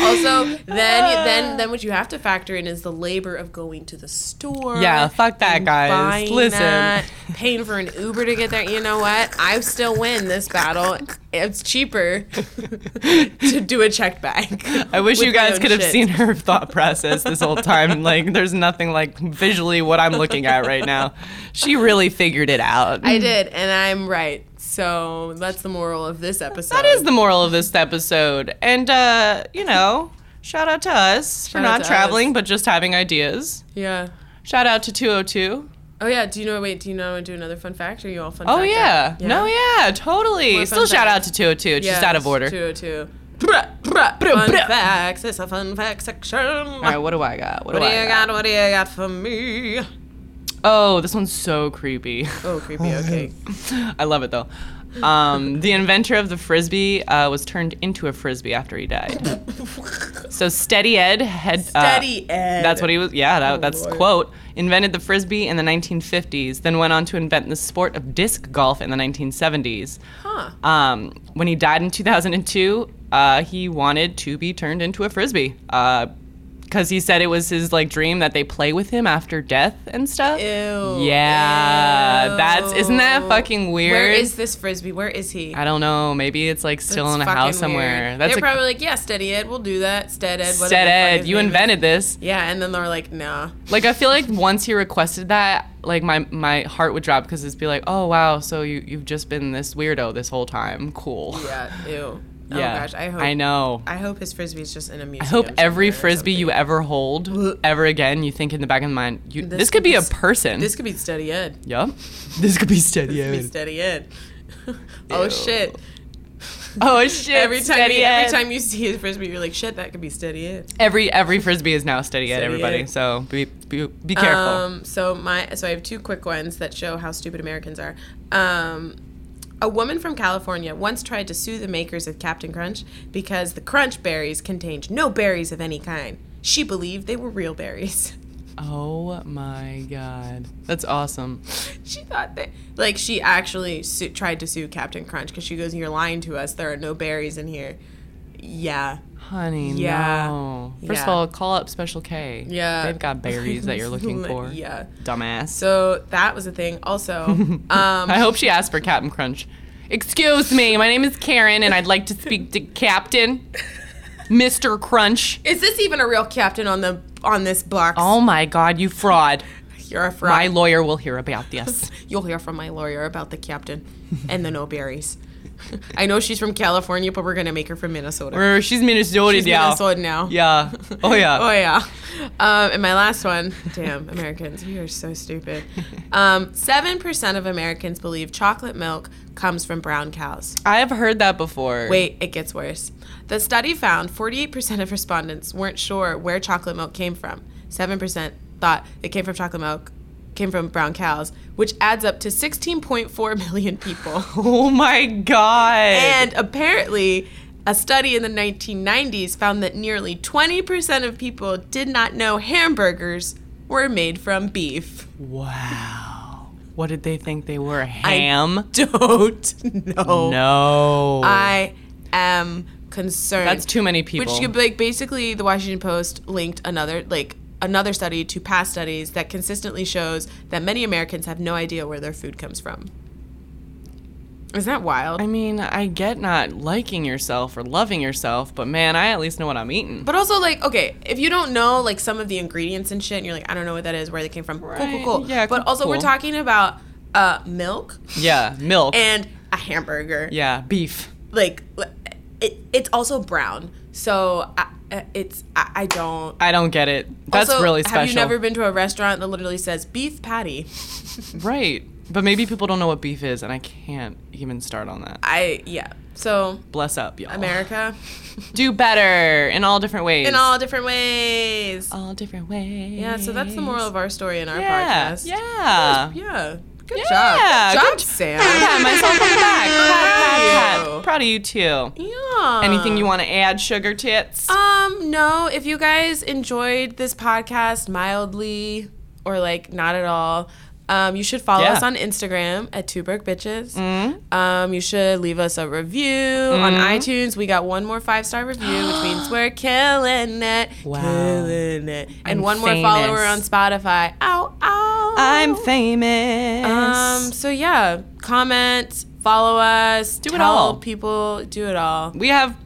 Speaker 2: Also, then then then what you have to factor in is the labor of going to the store.
Speaker 1: Yeah, fuck that,
Speaker 2: and
Speaker 1: guys.
Speaker 2: buying
Speaker 1: Listen.
Speaker 2: paying for an Uber to get there. You know what? I still win this battle. It's cheaper to do a checked bag.
Speaker 1: I wish
Speaker 2: with
Speaker 1: you
Speaker 2: my
Speaker 1: guys
Speaker 2: own
Speaker 1: could have
Speaker 2: shit.
Speaker 1: seen her thought process this whole time. Like, there's nothing like visually what I'm looking at right now. She really figured it out.
Speaker 2: I did, and I'm right. So that's the moral of this episode.
Speaker 1: That is the moral of this episode. And, uh, you know, shout out to us for
Speaker 2: Shout out
Speaker 1: not
Speaker 2: to
Speaker 1: traveling,
Speaker 2: us.
Speaker 1: but just having ideas.
Speaker 2: yeah.
Speaker 1: Shout out to 202.
Speaker 2: Oh yeah. Do you know? Wait. Do you know? I wanna Do another fun fact? Or you all fun?
Speaker 1: Oh,
Speaker 2: fact
Speaker 1: yeah.
Speaker 2: out?
Speaker 1: No, yeah, totally.
Speaker 2: More fun
Speaker 1: Still shout out
Speaker 2: facts.
Speaker 1: to 202. It's just out of order.
Speaker 2: Two oh two. Fun
Speaker 1: bruh.
Speaker 2: facts. It's a fun fact section.
Speaker 1: All right, what do I got? What,
Speaker 2: what do
Speaker 1: I
Speaker 2: you got? What do you got for me?
Speaker 1: Oh, this one's so creepy.
Speaker 2: Oh, creepy. Okay.
Speaker 1: I love it, though. Um, the inventor of the frisbee uh, was turned into a frisbee after he died. so Steady Ed had uh,
Speaker 2: Steady Ed.
Speaker 1: That's what he was. Yeah, that,
Speaker 2: Oh,
Speaker 1: that's
Speaker 2: Lord.
Speaker 1: quote. Invented the frisbee in the 1950s, then went on to invent the sport of disc golf in the 1970s.
Speaker 2: Huh.
Speaker 1: Um, when he died in 2002, uh, he wanted to be turned into a frisbee because he said it was his like dream that they play with him after death and stuff.
Speaker 2: Ew.
Speaker 1: Yeah, that's isn't that
Speaker 2: Ew.
Speaker 1: fucking weird?
Speaker 2: Where is this frisbee? Where is he?
Speaker 1: I don't know. Maybe it's like still
Speaker 2: That's
Speaker 1: in a
Speaker 2: fucking
Speaker 1: house somewhere.
Speaker 2: weird.
Speaker 1: That's
Speaker 2: They're
Speaker 1: a
Speaker 2: probably like, yeah, Steady Ed, we'll do that. Stead Ed. whatever the
Speaker 1: said
Speaker 2: fuck
Speaker 1: Ed.
Speaker 2: his
Speaker 1: You
Speaker 2: name is.
Speaker 1: invented this.
Speaker 2: Yeah, and then they're like, nah.
Speaker 1: Like I feel like once he requested that, like my my heart would drop because it'd be like, oh wow, so you you've just been this weirdo this whole time. Cool.
Speaker 2: Yeah, ew.
Speaker 1: Yeah.
Speaker 2: Oh gosh, I hope.
Speaker 1: I
Speaker 2: I,
Speaker 1: know.
Speaker 2: hope his frisbee's just in a museum.
Speaker 1: I hope every
Speaker 2: somewhere or
Speaker 1: frisbee you ever hold ever again, you think in the back of the mind, you, this,
Speaker 2: This
Speaker 1: could
Speaker 2: could
Speaker 1: be
Speaker 2: be
Speaker 1: a
Speaker 2: s-
Speaker 1: person.
Speaker 2: something. This could be Steady Ed.
Speaker 1: yep. This could be steady.
Speaker 2: This could
Speaker 1: Ed.
Speaker 2: be Steady Ed. oh
Speaker 1: Ew.
Speaker 2: shit!
Speaker 1: Oh shit.
Speaker 2: Every time,
Speaker 1: Steady
Speaker 2: you,
Speaker 1: Ed.
Speaker 2: every time you see his frisbee, you're like, shit, that could be Steady Ed.
Speaker 1: every every frisbee is now steady, Ed.
Speaker 2: Steady
Speaker 1: Everybody,
Speaker 2: Ed.
Speaker 1: so be be, be careful.
Speaker 2: Um, so my, so I have two quick ones that show how stupid Americans are. Um, a woman from California once tried to sue the makers of Captain Crunch because the Crunch berries contained no berries of any kind. She believed they were real berries.
Speaker 1: oh my god, that's awesome.
Speaker 2: She thought that, like, she actually su- tried to sue Captain Crunch because she goes, "You're lying to us. There are no berries in here." Yeah,
Speaker 1: Honey,
Speaker 2: Yeah.
Speaker 1: no. First of
Speaker 2: Yeah.
Speaker 1: all, call up Special K.
Speaker 2: Yeah.
Speaker 1: They've got berries that you're looking for.
Speaker 2: yeah.
Speaker 1: Dumbass.
Speaker 2: So that was a thing. Also, um,
Speaker 1: I hope she asked for Captain Crunch. Excuse me, my name is Karen and I'd like to speak to Captain Mr. Crunch.
Speaker 2: is this even a real captain on the on this box?
Speaker 1: Oh my god, you fraud.
Speaker 2: You're from
Speaker 1: My lawyer will hear about this.
Speaker 2: You'll hear from my lawyer about the captain and the no berries. I know she's from California, but we're gonna make her from Minnesota.
Speaker 1: Or she's Minnesota
Speaker 2: She's
Speaker 1: now.
Speaker 2: Minnesota now.
Speaker 1: Yeah. Oh yeah.
Speaker 2: Oh yeah. Um, and my last one. Damn, Americans, we are so stupid. Um, Seven percent of Americans believe chocolate milk comes from brown cows.
Speaker 1: I have heard that before.
Speaker 2: Wait, it gets worse. The study found 48% of respondents weren't sure where chocolate milk came from. 7% thought it came from chocolate milk, came from brown cows, which adds up to 16.4 million people.
Speaker 1: Oh my god.
Speaker 2: and apparently, a study in the 1990s found that nearly 20% of people did not know hamburgers were made from beef.
Speaker 1: wow. What did they think they were? Ham?
Speaker 2: Don't know.
Speaker 1: no.
Speaker 2: I am concerned.
Speaker 1: That's too many people.
Speaker 2: Which like basically the Washington Post linked another like another study to past studies that consistently shows that many Americans have no idea where their food comes from. Is that wild?
Speaker 1: I mean, I get not liking yourself or loving yourself, but man, I at least know what I'm eating.
Speaker 2: but also like okay, if you don't know like some of the ingredients and shit and you're like I don't know what that is, where they came from. Cool,
Speaker 1: Right,
Speaker 2: cool, cool.
Speaker 1: yeah,
Speaker 2: but
Speaker 1: cool,
Speaker 2: also we're
Speaker 1: cool.
Speaker 2: talking about uh milk
Speaker 1: yeah, milk.
Speaker 2: and a hamburger.
Speaker 1: yeah, beef.
Speaker 2: Like it, it's also brown. So I, uh, it's I, I don't
Speaker 1: I don't get it. That's
Speaker 2: Also,
Speaker 1: really special.
Speaker 2: Have you never been to a restaurant that literally says beef patty?
Speaker 1: right. But maybe people don't know what beef is, and I can't even start on that.
Speaker 2: I yeah. So
Speaker 1: Bless up, y'all.
Speaker 2: America
Speaker 1: Do better in all different ways.
Speaker 2: in all different ways.
Speaker 1: all different ways.
Speaker 2: Yeah, so that's the moral of our story in our
Speaker 1: yeah,
Speaker 2: podcast.
Speaker 1: yeah.
Speaker 2: Yeah. Good
Speaker 1: Yeah,
Speaker 2: job. Good
Speaker 1: good
Speaker 2: job, Sam.
Speaker 1: Pat myself on the back. Pat, pat,
Speaker 2: you.
Speaker 1: pat. Proud of you too.
Speaker 2: Yeah.
Speaker 1: Anything you want to add, sugar tits?
Speaker 2: Um, no, if you guys enjoyed this podcast mildly or like not at all, um, you should follow
Speaker 1: Yeah. Mm-hmm.
Speaker 2: us on Instagram at Two Broke Bitches. Um, you should leave us a review on iTunes. We got one more five star review, which means we're killing it.
Speaker 1: Wow.
Speaker 2: Killing it. And
Speaker 1: I'm
Speaker 2: one more
Speaker 1: famous.
Speaker 2: follower on Spotify. Ow, ow.
Speaker 1: I'm famous.
Speaker 2: Um, so yeah, comment, follow us, do
Speaker 1: it all.
Speaker 2: People, do it all.
Speaker 1: we have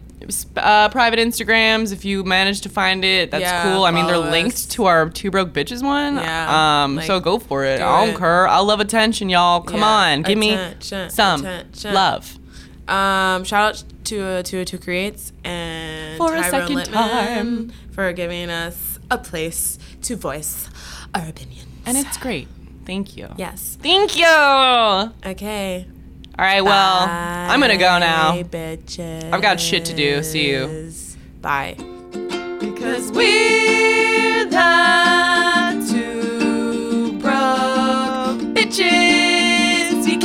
Speaker 1: uh, private Instagrams. If you manage to find it, that's
Speaker 2: Yeah,
Speaker 1: cool. I mean, they're
Speaker 2: follow us.
Speaker 1: linked to our Two Broke Bitches one.
Speaker 2: Yeah,
Speaker 1: Um.
Speaker 2: like,
Speaker 1: so go for it.
Speaker 2: do
Speaker 1: I
Speaker 2: it.
Speaker 1: don't care. I love attention, y'all. Come
Speaker 2: Yeah,
Speaker 1: on, give me
Speaker 2: attention,
Speaker 1: some
Speaker 2: attention.
Speaker 1: love.
Speaker 2: Um, shout out to uh, to to creates and
Speaker 1: For a
Speaker 2: Tyrone
Speaker 1: second
Speaker 2: Littman
Speaker 1: time.
Speaker 2: for giving us a place to voice our opinion.
Speaker 1: And it's great. Thank you.
Speaker 2: Yes.
Speaker 1: Thank you. All
Speaker 2: Okay.
Speaker 1: right. Well, I'm gonna go now.
Speaker 2: Bye, bitches.
Speaker 1: I've got shit to do. See you.
Speaker 2: Bye.
Speaker 1: Because we're the two broke bitches. We